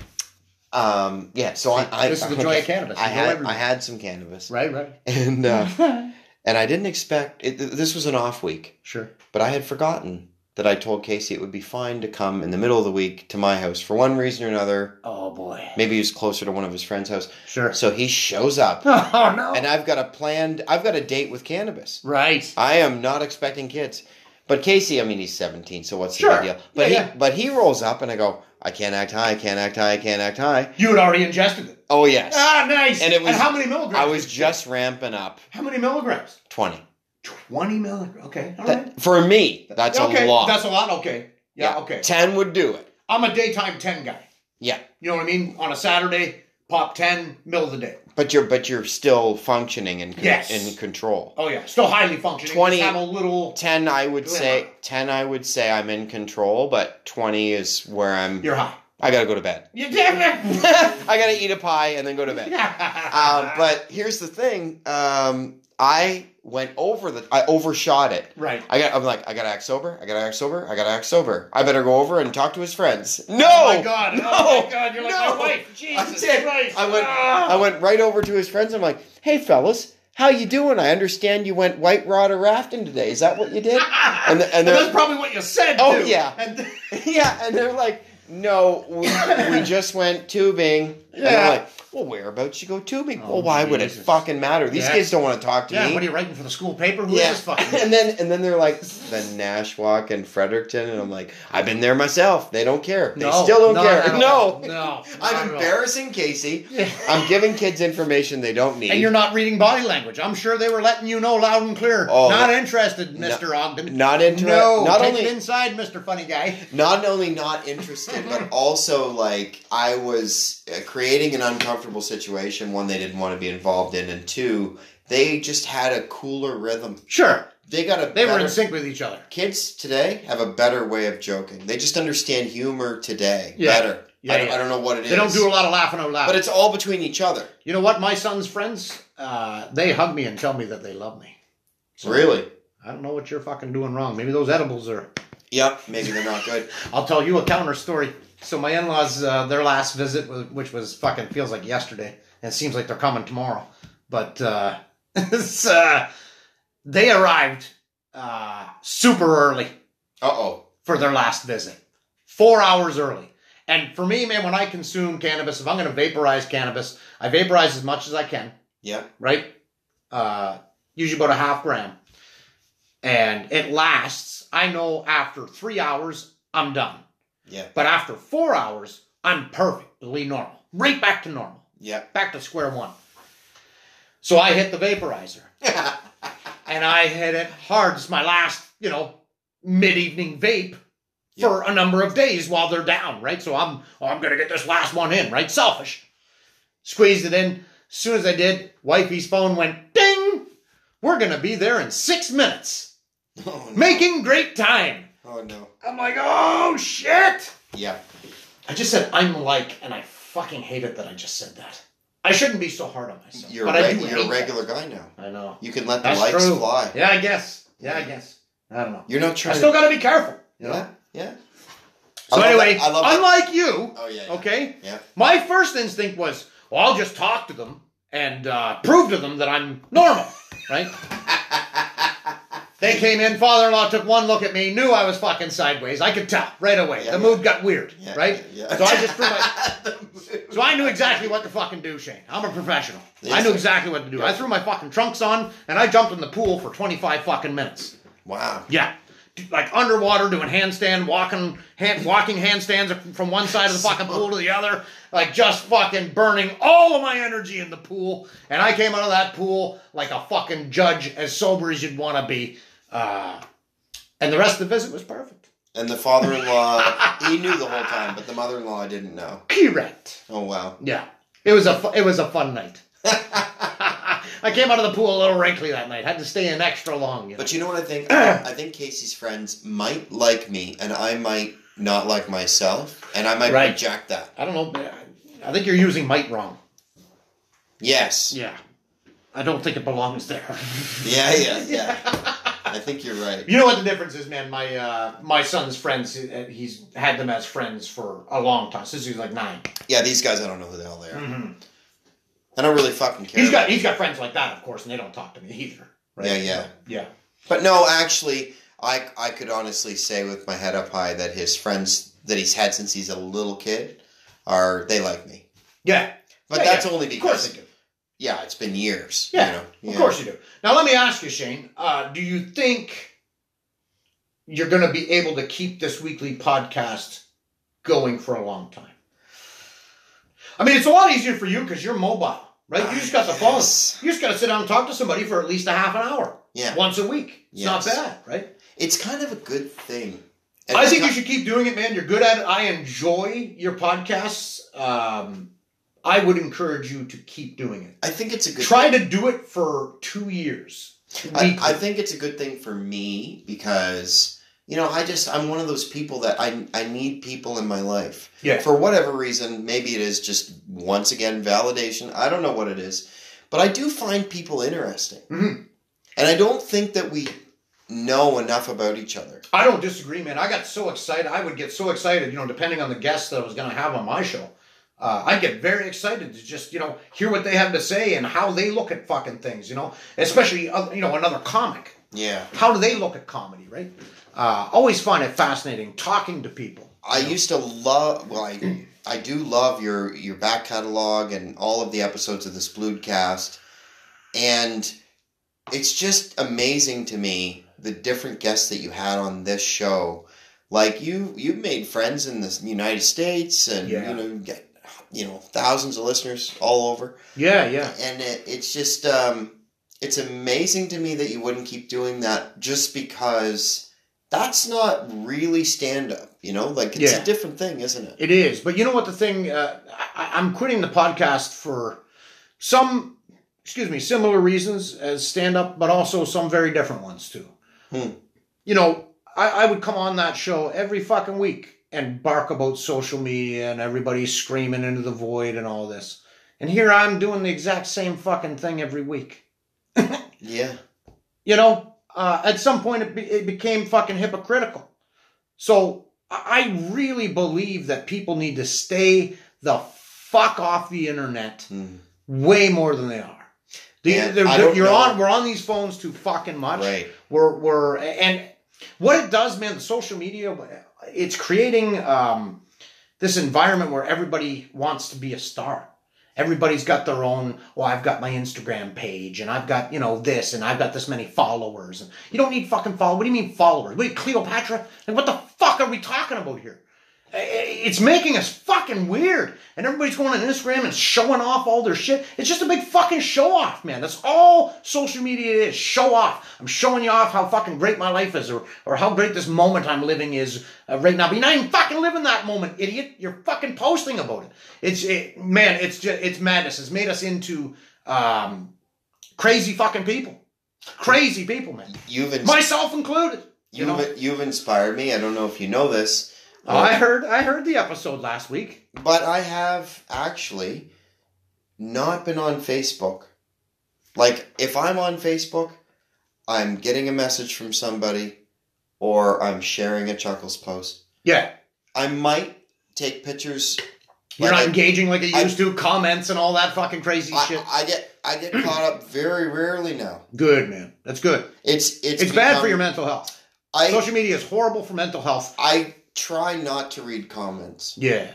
S2: Um, yeah. So I, I
S1: This is the joy of cannabis. You
S2: I
S1: know
S2: had,
S1: everything.
S2: I had some cannabis,
S1: Right, right.
S2: and uh, and I didn't expect it, this was an off week.
S1: Sure.
S2: But I had forgotten that I told Casey it would be fine to come in the middle of the week to my house for one reason or another.
S1: Oh, boy.
S2: Maybe he was closer to one of his friend's house.
S1: Sure.
S2: So he shows up,
S1: Oh, no.
S2: and I've got a planned, I've got a date with cannabis.
S1: right.
S2: I am not expecting kids. But Casey, I mean, he's 17, so what's
S1: Sure.
S2: the big deal? But,
S1: Yeah,
S2: he,
S1: yeah.
S2: but he rolls up, and I go, I can't act high, I can't act high, I can't act high.
S1: You had already ingested it.
S2: Oh, yes.
S1: Ah, nice.
S2: And it was-
S1: how many milligrams?
S2: I was just ramping up
S1: How many milligrams?
S2: 20.
S1: 20 milligrams. Okay. All right.
S2: That- for me, that's
S1: okay,
S2: a lot.
S1: That's a lot. Okay. Yeah, Okay.
S2: 10 would do it.
S1: I'm a daytime ten guy.
S2: Yeah.
S1: You know what I mean? On a Saturday, pop ten, middle of the day.
S2: But you're but you're still functioning and con-
S1: Yes.
S2: in control.
S1: Oh yeah, still highly functioning.
S2: 20
S1: Just have a little.
S2: Ten, I would
S1: Really
S2: say.
S1: not.
S2: Ten, I would say I'm in control, but twenty is where I'm.
S1: You're high.
S2: I gotta go to bed.
S1: You damn it.
S2: I gotta eat a pie and then go to bed. Um, but here's the thing. Um, I went over the. I overshot it.
S1: right.
S2: I got. I'm like, I gotta act sober. I gotta act sober. I gotta act sober. I better go over and talk to his friends. No.
S1: Oh my god. oh
S2: No!
S1: my god. You're like
S2: No!
S1: my wife. Jesus
S2: I did.
S1: Christ.
S2: I went.
S1: Ah!
S2: I went right over to his friends. I'm like, "Hey, fellas, how you doing? I understand you went white water rafting today. Is that what you did?" And the- and
S1: And that's
S2: they're,
S1: probably what you said.
S2: Oh,
S1: too.
S2: yeah.
S1: And-
S2: yeah, and they're like, "No, we, we just went tubing." And
S1: Yeah.
S2: I'm like, "Well, whereabouts you go tubing?
S1: Oh,
S2: well, why would it
S1: Jesus.
S2: fucking matter? These
S1: Yeah.
S2: kids don't want to talk to
S1: yeah.
S2: me."
S1: What are you writing for the school paper? Who is
S2: yeah,
S1: this fucking?
S2: and then and then they're like the Nashwalk and Fredericton, and I'm like, I've been there myself. They don't care. They still don't
S1: no,
S2: care.
S1: No.
S2: No,
S1: No. no not at
S2: I'm
S1: all.
S2: embarrassing Casey. I'm giving kids information they don't need.
S1: And you're not reading body language. I'm sure they were letting you know loud and clear.
S2: Oh.
S1: not interested, Mr. Ogden.
S2: not into
S1: no,
S2: Not
S1: take
S2: only
S1: it inside, Mr. Funny Guy.
S2: not only not interested, but also like I was uh, creating an uncomfortable situation. One they didn't want to be involved in, and two they just had a cooler rhythm.
S1: Sure,
S2: They got a
S1: they were
S2: better-
S1: in sync with each other.
S2: Kids today have a better way of joking. They just understand humor today
S1: Yeah.
S2: better. I, don't, I don't know what it is.
S1: They don't do a lot of laughing out loud.
S2: But it's all between each other.
S1: you know what? My son's friends, uh, they hug me and tell me that they love me. So,
S2: Really?
S1: I don't know what you're fucking doing wrong. Maybe those edibles are.
S2: Yep. Maybe they're not good.
S1: I'll tell you a counter story. So my in-laws, uh, their last visit, was, which was fucking feels like yesterday, and it seems like they're coming tomorrow. But uh, it's, uh, they arrived uh, super early
S2: Uh oh.
S1: for their last visit, four hours early. And for me, man, when I consume cannabis, if I'm going to vaporize cannabis, I vaporize as much as I can
S2: Yeah.
S1: right? Uh, usually about a half gram. And it lasts. I know after three hours, I'm done.
S2: Yeah.
S1: But after four hours, I'm perfectly normal. Right back to normal.
S2: Yeah.
S1: Back to square one. So I hit the vaporizer. and I hit it hard. It's my last, you know, mid evening vape
S2: Yeah.
S1: for a number of days while they're down, right? So I'm, oh, I'm gonna get this last one in, right? Selfish. Squeezed it in. As soon as I did, wifey's phone went ding. We're gonna be there in six minutes,
S2: Oh no.
S1: making great time.
S2: Oh no.
S1: I'm like, oh shit!
S2: Yeah.
S1: I just said I'm like, and I fucking hate it that I just said that. I shouldn't be so hard on myself.
S2: You're
S1: but
S2: a,
S1: I
S2: reg-
S1: do
S2: you're
S1: hate
S2: a regular guy now.
S1: that. I know.
S2: You can let the
S1: That's
S2: lights
S1: true.
S2: fly.
S1: Yeah, I guess. Yeah, I guess. I don't know.
S2: You're not
S1: I
S2: trying.
S1: still
S2: to-
S1: gotta be careful. You know?
S2: yeah. Yeah.
S1: So
S2: I love
S1: anyway,
S2: that- I love that.
S1: unlike you,
S2: Oh yeah. yeah.
S1: okay,
S2: Yeah.
S1: my first instinct was, well, I'll just talk to them and uh, prove to them that I'm normal, right? they came in, father-in-law took one look at me, knew I was fucking sideways. I could tell right away.
S2: Yeah,
S1: the
S2: yeah.
S1: mood got weird,
S2: Yeah,
S1: right?
S2: yeah, yeah.
S1: So I just threw my, so I knew exactly what to fucking do, Shane. I'm a professional.
S2: Yes,
S1: I knew
S2: sir.
S1: exactly what to do. I threw my fucking trunks on and I jumped in the pool for 25 fucking minutes.
S2: Wow.
S1: Yeah. D- Like underwater, doing handstand, walking, hand, walking handstands from one side of the fucking pool to the other, like just fucking burning all of my energy in the pool. And I came out of that pool like a fucking judge, as sober as you'd want to be. Uh, and the rest of the visit was perfect.
S2: And the father-in-law, he knew the whole time, but the mother-in-law didn't know.
S1: Correct.
S2: Oh wow.
S1: Yeah, it was a fu- it was a fun night. I came out of the pool a little wrinkly that night. Had to stay in extra long. You know?
S2: But you know what I think? I think Casey's friends might like me, and I might not like myself, and I might
S1: Right.
S2: reject that.
S1: I don't know. but I- I think you're using might wrong.
S2: Yes.
S1: Yeah, I don't think it belongs there.
S2: Yeah, yeah, yeah. I think you're right.
S1: You know what the difference is, man. My uh, my son's friends. uh, He's had them as friends for a long time since he was like 9
S2: Yeah, these guys, I don't know who the hell they are. I don't really fucking care.
S1: He's got
S2: about-
S1: he's got friends like that, of course, and they don't talk to me either. Right?
S2: Yeah, yeah.
S1: yeah.
S2: But no, actually, I I could honestly say with my head up high that his friends that he's had since he's a little kid are they like me.
S1: Yeah,
S2: But
S1: Yeah,
S2: that's
S1: yeah.
S2: only
S1: of course
S2: because
S1: they do.
S2: yeah, it's been years.
S1: Yeah,
S2: you know?
S1: Of course you do. Now let me ask you, Shane. Uh, do you think you're going to be able to keep this weekly podcast going for a long time? I mean, it's a lot easier for you because you're mobile, right? You just got the phone.
S2: Yes.
S1: You just got to sit down and talk to somebody for at least a half an hour.
S2: Yeah.
S1: once a week. It's not
S2: Yes.
S1: bad, right?
S2: It's kind of a good thing. And
S1: I
S2: it's
S1: think you
S2: ki-
S1: should keep doing it, man. You're good at it. I enjoy your podcasts. Um, I would encourage you to keep doing it.
S2: I think it's a good
S1: Try to do it for two years.
S2: I,
S1: weekly.
S2: I think it's a good thing for me because you know I just I'm one of those people that I I need people in my life.
S1: Yeah.
S2: For whatever reason, maybe it is just once again validation. I don't know what it is, but I do find people interesting,
S1: Mhm.
S2: and I don't think that we know enough about each other.
S1: I don't disagree, man. I got so excited. I would get so excited, you know, depending on the guests that I was going to have on my show. Uh, I'd get very excited to just, you know, hear what they have to say and how they look at fucking things, you know, especially, uh, you know, another comic.
S2: Yeah.
S1: How do they look at comedy, right? Uh, always find it fascinating talking to people.
S2: I used to love. Well, I I do love your your back catalog and all of the episodes of this Bloodcast, and it's just amazing to me the different guests that you had on this show. Like you, you've made friends in the United States, and
S1: Yeah.
S2: you know, you get you know thousands of listeners all over,
S1: Yeah, yeah.
S2: and it, it's just um, it's amazing to me that you wouldn't keep doing that just because. That's not really stand up, you know? Like, it's
S1: Yeah.
S2: a different thing, isn't it?
S1: It is. But you know what the thing, uh, I, I'm quitting the podcast for some, excuse me, similar reasons as stand up, but also some very different ones too.
S2: Hmm.
S1: You know, I, I would come on that show every fucking week and bark about social media and everybody screaming into the void and all this. And here I'm doing the exact same fucking thing every week.
S2: Yeah.
S1: You know, uh, at some point it, be, it became fucking hypocritical. So I I really believe that people need to stay the fuck off the internet
S2: Hmm.
S1: way more than they are. The-
S2: And
S1: they're-
S2: I don't
S1: you're
S2: know-
S1: on. We're on these phones too fucking much.
S2: Right.
S1: We're we're and what it does, man. The social media, it's creating um, this environment where everybody wants to be a star. Everybody's got their own. Well, I've got my Instagram page, and I've got you know this, and I've got this many followers. And you don't need fucking follow. What do you mean followers? Wait, Cleopatra? Like, what the fuck are we talking about here? I- I- It's making us fucking weird, and everybody's going on Instagram and showing off all their shit. It's just a big fucking show off, man. That's all social media is. Show off. I'm showing you off how fucking great my life is, or or how great this moment I'm living is uh, right now. But you're not even fucking living that moment, idiot. You're fucking posting about it. It's it, man. It's just it's madness. It's made us into um, crazy fucking people. Crazy people, man.
S2: You've ins-
S1: Myself included.
S2: you've,
S1: You know,
S2: you've inspired me. I don't know if you know this,
S1: Oh,
S2: Um,
S1: I heard I heard the episode last week.
S2: but I have actually not been on Facebook. Like, if I'm on Facebook, I'm getting a message from somebody or I'm sharing a Chuckles post.
S1: Yeah,
S2: I might take pictures.
S1: you're
S2: Like,
S1: not
S2: I-
S1: engaging like you
S2: I-
S1: used to. Comments and all that fucking crazy shit.
S2: I, I get I get caught up very rarely now.
S1: good man, that's good.
S2: It's it's,
S1: It's, bad
S2: become-
S1: for your mental health.
S2: I
S1: Social media is horrible for mental health.
S2: I try not to read comments.
S1: Yeah,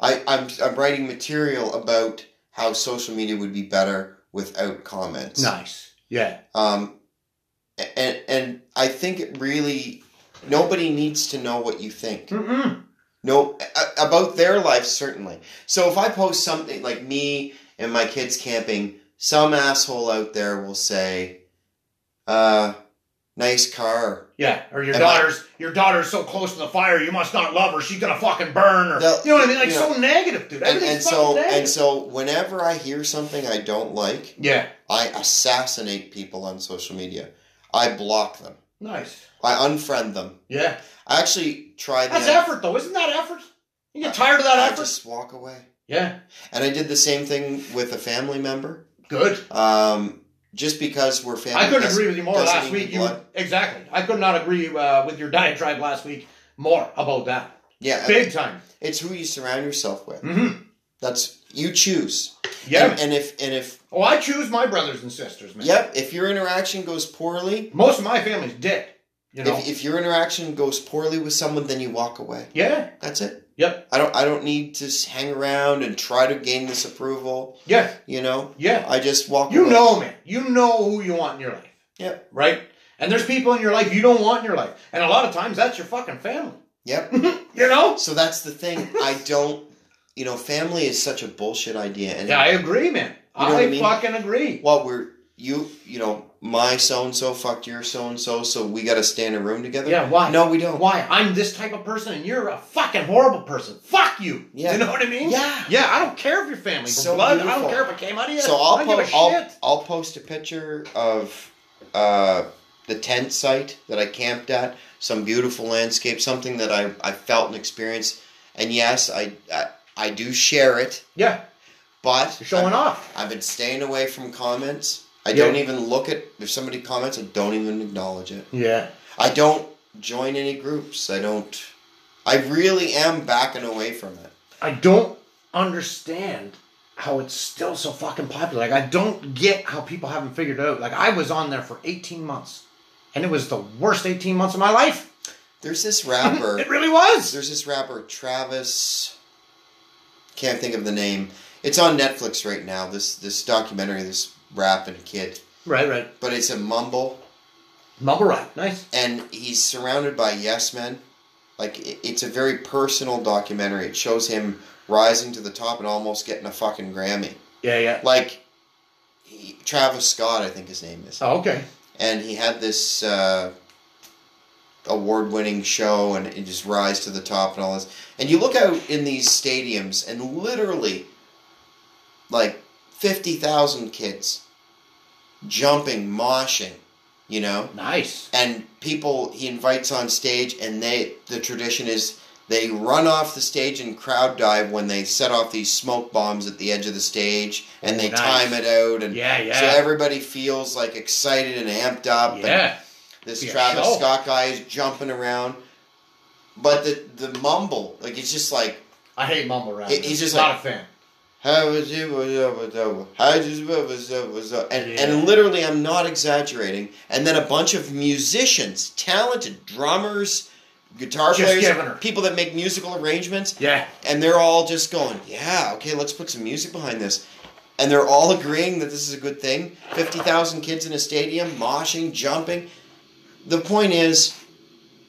S2: I, I'm I'm writing material about how social media would be better without comments.
S1: nice. Yeah,
S2: Um, a- and and I think it really nobody needs to know what you think.
S1: Mm-mm.
S2: No, a- about their life certainly. So if I post something like me and my kids camping, some asshole out there will say, "Uh, nice car."
S1: yeah. Or your
S2: And I-
S1: daughter's your daughter's so close to the fire, you must not love her. She's gonna fucking burn. Or
S2: The-
S1: you know what I mean? Like
S2: yeah.
S1: so negative, dude.
S2: And,
S1: Everything's
S2: and
S1: fucking
S2: so
S1: negative.
S2: and so whenever I hear something I don't like,
S1: yeah,
S2: I assassinate people on social media. I block them.
S1: nice.
S2: I unfriend them.
S1: Yeah,
S2: I actually tried
S1: that's
S2: the,
S1: effort though, isn't that effort? You get
S2: I-
S1: tired of that
S2: I
S1: effort?
S2: just walk away.
S1: yeah,
S2: And I did the same thing with a family member.
S1: good.
S2: Um, just because we're family,
S1: I couldn't
S2: doesn't-
S1: agree with you more
S2: doesn't
S1: last
S2: mean
S1: week. You,
S2: blood.
S1: exactly. I could not agree uh, with your diatribe last week more about that.
S2: Yeah,
S1: Big time.
S2: it's who you surround yourself with.
S1: Mm-hmm.
S2: That's you choose.
S1: Yeah.
S2: and, and if and if
S1: Oh, I choose my brothers and sisters, man.
S2: yep, if your interaction goes poorly,
S1: Most of my family's dead. You know.
S2: if, if your interaction goes poorly with someone, then you walk away.
S1: yeah.
S2: That's it.
S1: Yep.
S2: I don't. I don't need to s- hang around and try to gain this approval.
S1: Yeah.
S2: You know.
S1: Yeah.
S2: I just walk.
S1: You
S2: away.
S1: know, man. You know who you want in your life.
S2: Yep.
S1: Right. And there's people in your life you don't want in your life, and a lot of times that's your fucking family.
S2: Yep.
S1: You know.
S2: So that's the thing. I don't. You know, family is such a bullshit idea. And
S1: Yeah, I agree, man.
S2: You know
S1: I,
S2: what I mean?
S1: fucking agree.
S2: well, we're you. You know, my so and so fucked your so and so, so we got to stay in a room together.
S1: Yeah. Why?
S2: No, we don't.
S1: Why? I'm this type of person, and you're a fucking horrible person. Fuck you.
S2: Yeah.
S1: You know what I mean?
S2: Yeah.
S1: Yeah, I don't care if your family
S2: So
S1: blood. I
S2: beautiful.
S1: don't care if it came out of you.
S2: So I'll
S1: I don't
S2: post.
S1: give a
S2: I'll,
S1: shit.
S2: I'll post a picture of uh, the tent site that I camped at. Some beautiful landscape, something that I, I felt and experienced. And yes, I I, I do share it,
S1: Yeah,
S2: but
S1: you're showing
S2: I've,
S1: off.
S2: I've been staying away from comments. I
S1: Yeah.
S2: don't even look at if somebody comments. I don't even acknowledge it.
S1: Yeah.
S2: I don't join any groups. I don't. I really am backing away from it.
S1: I don't understand how it's still so fucking popular. Like, I don't get how people haven't figured it out. Like, I was on there for 18 months, and it was the worst 18 months of my life.
S2: There's this rapper.
S1: It really was.
S2: There's this rapper Travis. Can't think of the name. It's on Netflix right now. This this documentary, this rapping kid,
S1: Right, right.
S2: but it's a mumble,
S1: Mumble right. Nice.
S2: and he's surrounded by yes men. Like it, it's a very personal documentary. It shows him rising to the top and almost getting a fucking Grammy.
S1: Yeah, yeah.
S2: Like he, Travis Scott, I think his name is.
S1: Oh, okay.
S2: and he had this uh, award-winning show and it just rise to the top and all this and you look out in these stadiums and literally like 50,000 kids jumping moshing you know
S1: Nice.
S2: and people he invites on stage and they the tradition is They run off the stage and crowd dive when they set off these smoke bombs at the edge of the stage and
S1: Oh,
S2: they
S1: nice.
S2: time it out and
S1: Yeah, yeah.
S2: so everybody feels like excited and amped up and
S1: yeah. Oh.
S2: this
S1: Be a
S2: Travis
S1: show.
S2: Scott guy is jumping around. But the the mumble, like it's just like
S1: I hate mumble rap.
S2: He- he's just
S1: not
S2: like-
S1: a fan.
S2: how was it, was it, was it, how is it, was it, was it? and
S1: Yeah.
S2: and literally I'm not exaggerating. And then a bunch of musicians, talented drummers, guitar
S1: Just giving her.
S2: players, people that make musical arrangements,
S1: Yeah.
S2: and they're all just going, yeah, okay, let's put some music behind this. And they're all agreeing that this is a good thing. 50,000 kids in a stadium, moshing, jumping. The point is,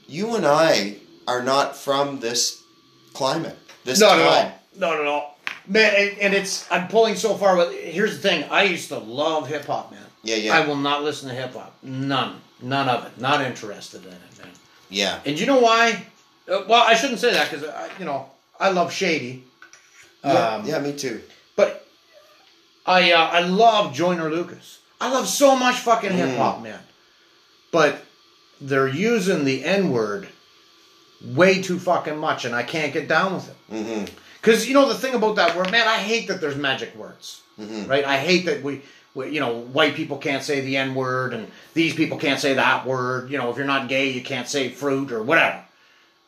S2: you and I are not from this climate, this
S1: Not
S2: time.
S1: at all. Not at all. Man, and, and it's I'm pulling so far. With here's the thing. I used to love hip hop, man.
S2: Yeah, yeah,
S1: I will not listen to hip hop. None. None of it. Not interested in it, man.
S2: yeah.
S1: And you know why? Uh, well, I shouldn't say that because you know I love Shady. Um,
S2: yeah, yeah, me too.
S1: But I uh, I love Joyner Lucas. I love so much fucking
S2: Mm.
S1: hip hop, man. But they're using the N word way too fucking much, and I can't get down with it.
S2: hmm
S1: Because you know the thing about that word, man. I hate that there's magic words,
S2: Mhm.
S1: right? I hate that we, we, you know, white people can't say the N word, and these people can't say that word. You know, if you're not gay, you can't say fruit or whatever.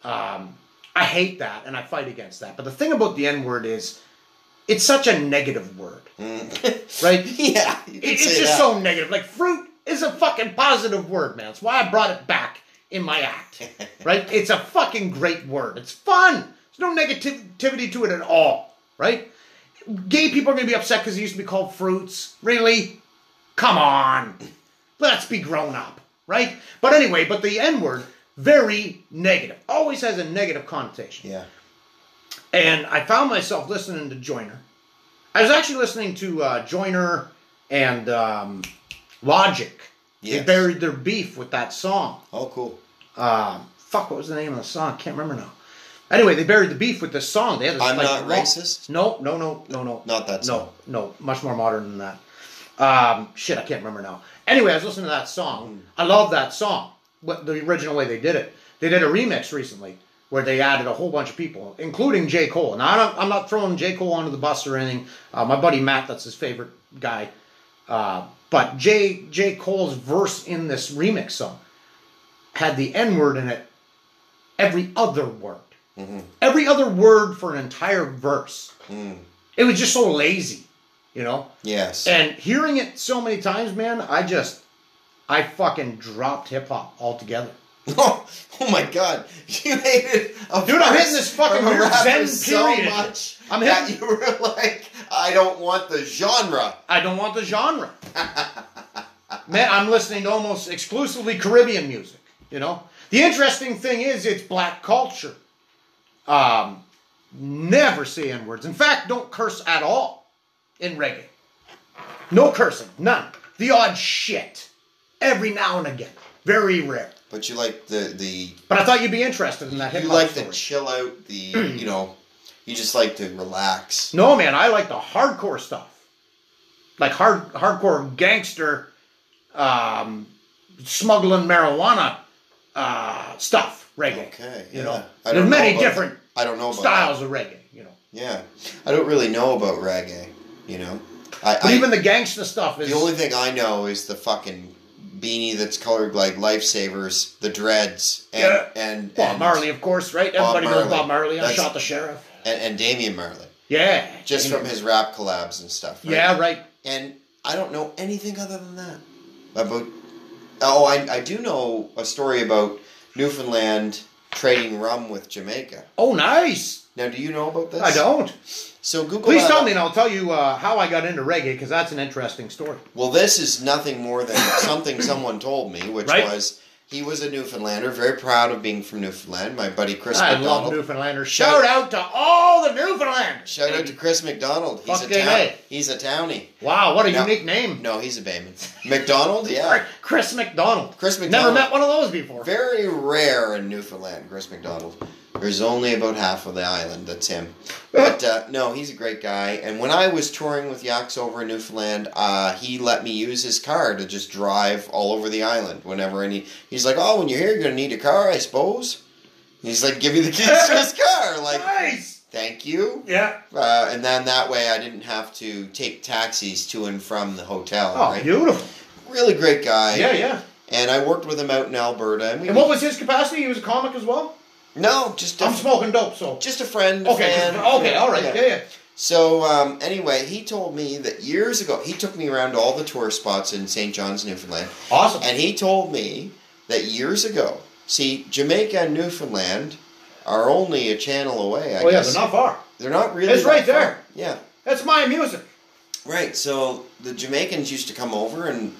S1: Um, I hate that, and I fight against that. But the thing about the N word is, it's such a negative word,
S2: Mm.
S1: right?
S2: yeah, you
S1: It-
S2: can
S1: it's
S2: say
S1: just
S2: that.
S1: so negative. Like fruit is a fucking positive word, man. It's why I brought it back in my act. right? It's a fucking great word. It's fun. There's no negativity to it at all. Right? Gay people are gonna be upset because it used to be called fruits. Really? Come on. Let's be grown up, right? But anyway, but the N word, very negative. Always has a negative connotation.
S2: Yeah.
S1: And I found myself listening to Joyner. I was actually listening to uh, Joyner and um, Logic. They
S2: Yes.
S1: buried their beef with that song.
S2: Oh, cool.
S1: Um, fuck, what was the name of the song? Can't remember now. Anyway, they buried the beef with this song. They had this,
S2: I'm
S1: like,
S2: not
S1: rock-
S2: racist?
S1: No, no, no, no, no.
S2: Not that song.
S1: No, no, much more modern than that. Um, shit, I can't remember now. Anyway, I was listening to that
S2: Hmm.
S1: song. I love that song. What the original way they did it. They did a remix recently where they added a whole bunch of people, including J. Cole. Now I don't, I'm not throwing J. Cole under the bus or anything. Uh, my buddy Matt, that's his favorite guy. Uh, but J. J. Cole's verse in this remix song had the N word in it. Every other word.
S2: Mm-hmm.
S1: Every other word for an entire verse
S2: Mm.
S1: it was just so lazy, you know.
S2: Yes.
S1: And hearing it so many times, man, I just, I fucking dropped hip hop altogether.
S2: oh, my god, you hated a
S1: Dude, I'm
S2: verse
S1: hitting this fucking
S2: from a
S1: weird
S2: rapper
S1: Zen
S2: so
S1: period.
S2: much.
S1: I'm
S2: that
S1: hitting-
S2: you were like, I don't want the genre.
S1: I don't want the genre. man, I'm listening to almost exclusively Caribbean music, you know. The interesting thing is, it's black culture. Um, never say n words. In fact, don't curse at all in reggae. No cursing, none. The odd shit, every now and again, very rare.
S2: But you like the the
S1: But I thought you'd be interested in that hip
S2: you
S1: hop
S2: like
S1: story.
S2: to chill out. The you know, you just like to relax.
S1: no, man, I like the hardcore stuff, like hard hardcore gangster, um, smuggling marijuana uh, stuff. Reggae.
S2: Okay,
S1: You
S2: yeah.
S1: know,
S2: I
S1: there's
S2: don't know
S1: many
S2: about-
S1: different
S2: I don't know about
S1: styles of reggae. You know,
S2: that. Yeah, I don't really know about reggae. You know, I,
S1: but
S2: I
S1: even the gangster stuff is
S2: the only thing I know is the fucking beanie that's colored like lifesavers, the dreads, and
S1: Yeah.
S2: and,
S1: Bob
S2: and
S1: Marley, of course, right?
S2: Bob
S1: Everybody knows
S2: Marley.
S1: Bob Marley. I
S2: That's-
S1: shot the sheriff.
S2: and, and Damian Marley,
S1: Yeah,
S2: just
S1: You know.
S2: from his rap collabs and stuff. right?
S1: Yeah, right.
S2: and I don't know anything other than that about. Oh, I, I do know a story about Newfoundland trading rum with Jamaica.
S1: Oh, nice.
S2: Now, do you know about this?
S1: I don't.
S2: So Google.
S1: Please
S2: that
S1: tell
S2: up.
S1: me, and I'll tell you uh, how I got into reggae because that's an interesting story.
S2: Well, this is nothing more than something someone told me, which
S1: Right.
S2: was he was a Newfoundlander, very proud of being from Newfoundland. My buddy Chris
S1: I
S2: McDonald.
S1: love Newfoundlanders. Shout out to all the Newfoundlanders.
S2: Shout out to Chris McDonald. He's
S1: Fucking
S2: a town.
S1: A.
S2: He's a townie.
S1: Wow, what a
S2: Yeah.
S1: unique name.
S2: No, he's a Bayman. McDonald, yeah.
S1: Chris McDonald.
S2: Chris
S1: Never
S2: McDonald.
S1: met one of those before.
S2: Very rare in Newfoundland, Chris McDonald. There's only about half of the island that's him. But uh, no, he's a great guy. And when I was touring with Yaks over in Newfoundland, uh, he let me use his car to just drive all over the island whenever any. He's like, oh, when you're here, you're going to need a car, I suppose. He's like, give me the keys to his car. Like,
S1: nice.
S2: thank you.
S1: Yeah.
S2: Uh, and then that way I didn't have to take taxis to and from the hotel.
S1: Oh,
S2: right?
S1: beautiful.
S2: Really great guy.
S1: yeah, yeah.
S2: And I worked with him out in Alberta. And we,
S1: And what was his capacity? He was a comic as well.
S2: no, just a,
S1: I'm smoking dope, so
S2: just a friend. a
S1: okay,
S2: fan.
S1: okay,
S2: Yeah,
S1: all right,
S2: yeah.
S1: yeah, yeah.
S2: So um, anyway, he told me that years ago, he took me around all the tourist spots in St. John's, Newfoundland,
S1: awesome.
S2: and he told me that years ago, see, Jamaica and Newfoundland are only a channel away. I
S1: oh yeah,
S2: guess
S1: they're not far.
S2: They're not really.
S1: It's
S2: that
S1: right
S2: far.
S1: there.
S2: Yeah,
S1: That's my music.
S2: right. So the Jamaicans used to come over and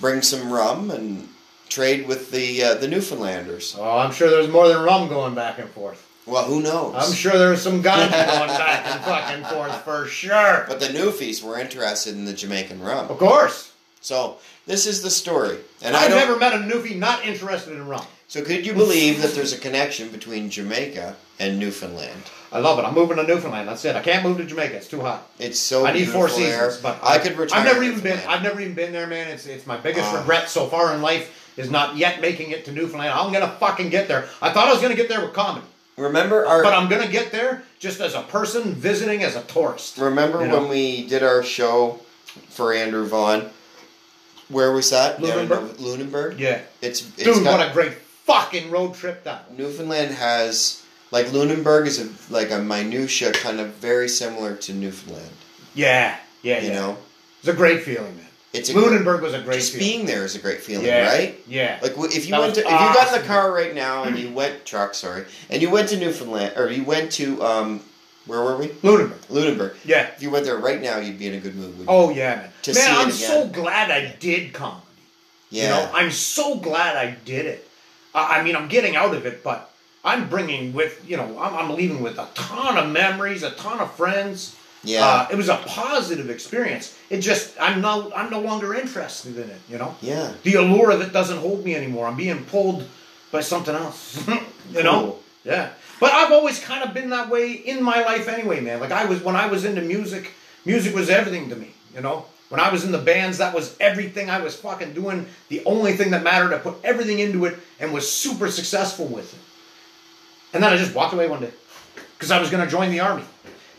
S2: bring some rum and trade with the uh, the Newfoundlanders.
S1: Oh, I'm sure there's more than rum going back and forth.
S2: Well, who knows?
S1: I'm sure there's some ganja going back and fucking forth for sure.
S2: But the Newfies were interested in the Jamaican rum.
S1: Of course.
S2: So this is the story, and I
S1: I've
S2: don't.
S1: never met a Newfie not interested in rum.
S2: So could you believe that there's a connection between Jamaica and Newfoundland?
S1: I love it. I'm moving to Newfoundland. That's it. I can't move to Jamaica. It's too hot.
S2: It's so
S1: I need four
S2: beautiful there.
S1: seasons, but
S2: I could retire.
S1: I've never
S2: to
S1: even been.
S2: Newfoundland.
S1: I've never even been there, man. It's it's my biggest
S2: Ah.
S1: regret so far in life is not yet making it to Newfoundland. I'm gonna fucking get there. I thought I was gonna get there with comedy,
S2: Remember our
S1: but I'm gonna get there just as a person visiting as a tourist.
S2: remember
S1: you
S2: when
S1: know.
S2: we did our show for Andrew Vaughn? Where was that? Down in
S1: Lunenburg.
S2: Lunenburg.
S1: Yeah,
S2: It's, it's
S1: dude,
S2: got,
S1: what a great fucking road trip that. was.
S2: Newfoundland has like Lunenburg is a, like a minutia kind of very similar to Newfoundland.
S1: Yeah, yeah,
S2: You
S1: yeah.
S2: know,
S1: It's a great feeling, man.
S2: it's a
S1: Lunenburg was a great
S2: just
S1: feeling.
S2: being there is a great feeling,
S1: yeah,
S2: right?
S1: Yeah.
S2: Like w- if you
S1: That
S2: went
S1: was
S2: to, if you got in the
S1: awesome.
S2: car right now and you went truck, sorry, and you went to Newfoundland or you went to um, where were we?
S1: Lunenburg.
S2: Lunenburg.
S1: Yeah.
S2: If you went there right now, you'd be in a good mood. wouldn't you?
S1: Oh yeah, man.
S2: To
S1: man,
S2: see it
S1: I'm
S2: again.
S1: so glad I did comedy. You
S2: yeah,
S1: know, I'm so glad I did it. I, I mean, I'm getting out of it, but I'm bringing with, you know, I'm, I'm leaving with a ton of memories, a ton of friends.
S2: yeah,
S1: Uh, it was a positive experience. It just, I'm no, I'm no longer interested in it. You know,
S2: yeah.
S1: the allure of it doesn't hold me anymore. I'm being pulled by something else. you know.
S2: Cool.
S1: Yeah. But I've always kind of been that way in my life anyway, man. Like I was when I was into music, music was everything to me, you know? When I was in the bands, that was everything I was fucking doing. The only thing that mattered, I put everything into it and was super successful with it. And then I just walked away one day because I was going to join the army.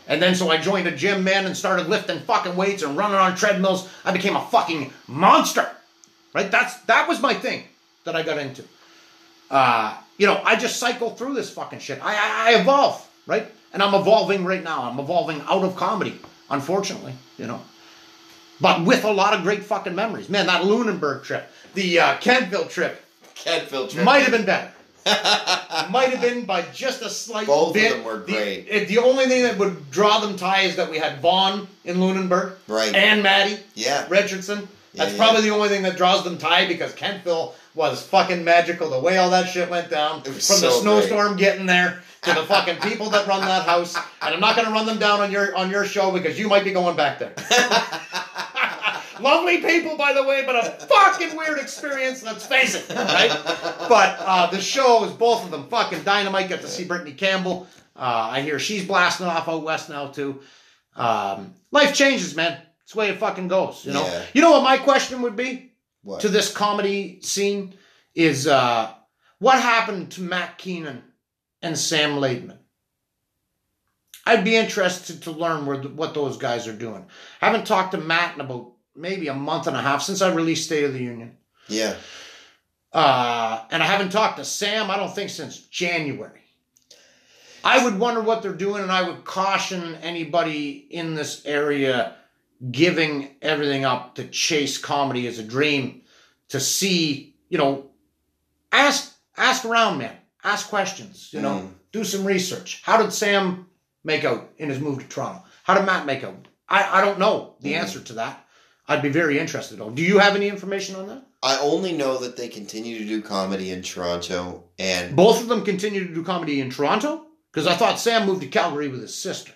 S1: And then so I joined a gym, man, and started lifting fucking weights and running on treadmills. I became a fucking monster, right? That's that was my thing that I got into uh, you know, I just cycle through this fucking shit. I, I, I evolve, right? And I'm evolving right now. I'm evolving out of comedy, unfortunately, you know. But with a lot of great fucking memories. Man, that Lunenburg trip, the uh, Kentville trip,
S2: Cat filter.
S1: might have been better. might have been by just a slight
S2: Both of
S1: bit.
S2: them were
S1: The-
S2: great.
S1: it- The, only thing that would draw them tie is that we had Vaughn in Lunenburg.
S2: Right.
S1: And Maddie.
S2: Yeah.
S1: Richardson.
S2: Yeah,
S1: That's
S2: yeah.
S1: probably the only thing that draws them tie because Kentville was fucking magical. The way all that shit went down,
S2: It
S1: from
S2: was
S1: the
S2: so
S1: snowstorm getting there to the fucking people that run that house. And I'm not going to run them down on your on your show because you might be going back there. Lovely people, by the way, but a fucking weird experience. Let's face it, right? But uh, the show is both of them fucking dynamite. Got to see Brittany Campbell. Uh, I hear she's blasting off out west now too. Um, life changes, man. It's the way it fucking goes. You know.
S2: Yeah.
S1: You know what my question would be
S2: What?
S1: to this comedy scene is uh, what happened to Matt Keenan and Sam Laidman? I'd be interested to learn where th- what those guys are doing. haven't talked to Matt in about maybe a month and a half since I released State of the Union.
S2: yeah.
S1: Uh, and I haven't talked to Sam, I don't think, since January. I would wonder what they're doing, and I would caution anybody in this area giving everything up to chase comedy as a dream to see, you know, ask ask around, man. Ask questions, you know,
S2: Mm.
S1: do some research. How did Sam make out in his move to Toronto? How did Matt make out? I, I don't know the
S2: Mm.
S1: answer to that. I'd be very interested. Do you have any information on that?
S2: I only know that they continue to do comedy in Toronto, and
S1: Both of them continue to do comedy in Toronto because I thought Sam moved to Calgary with his sister.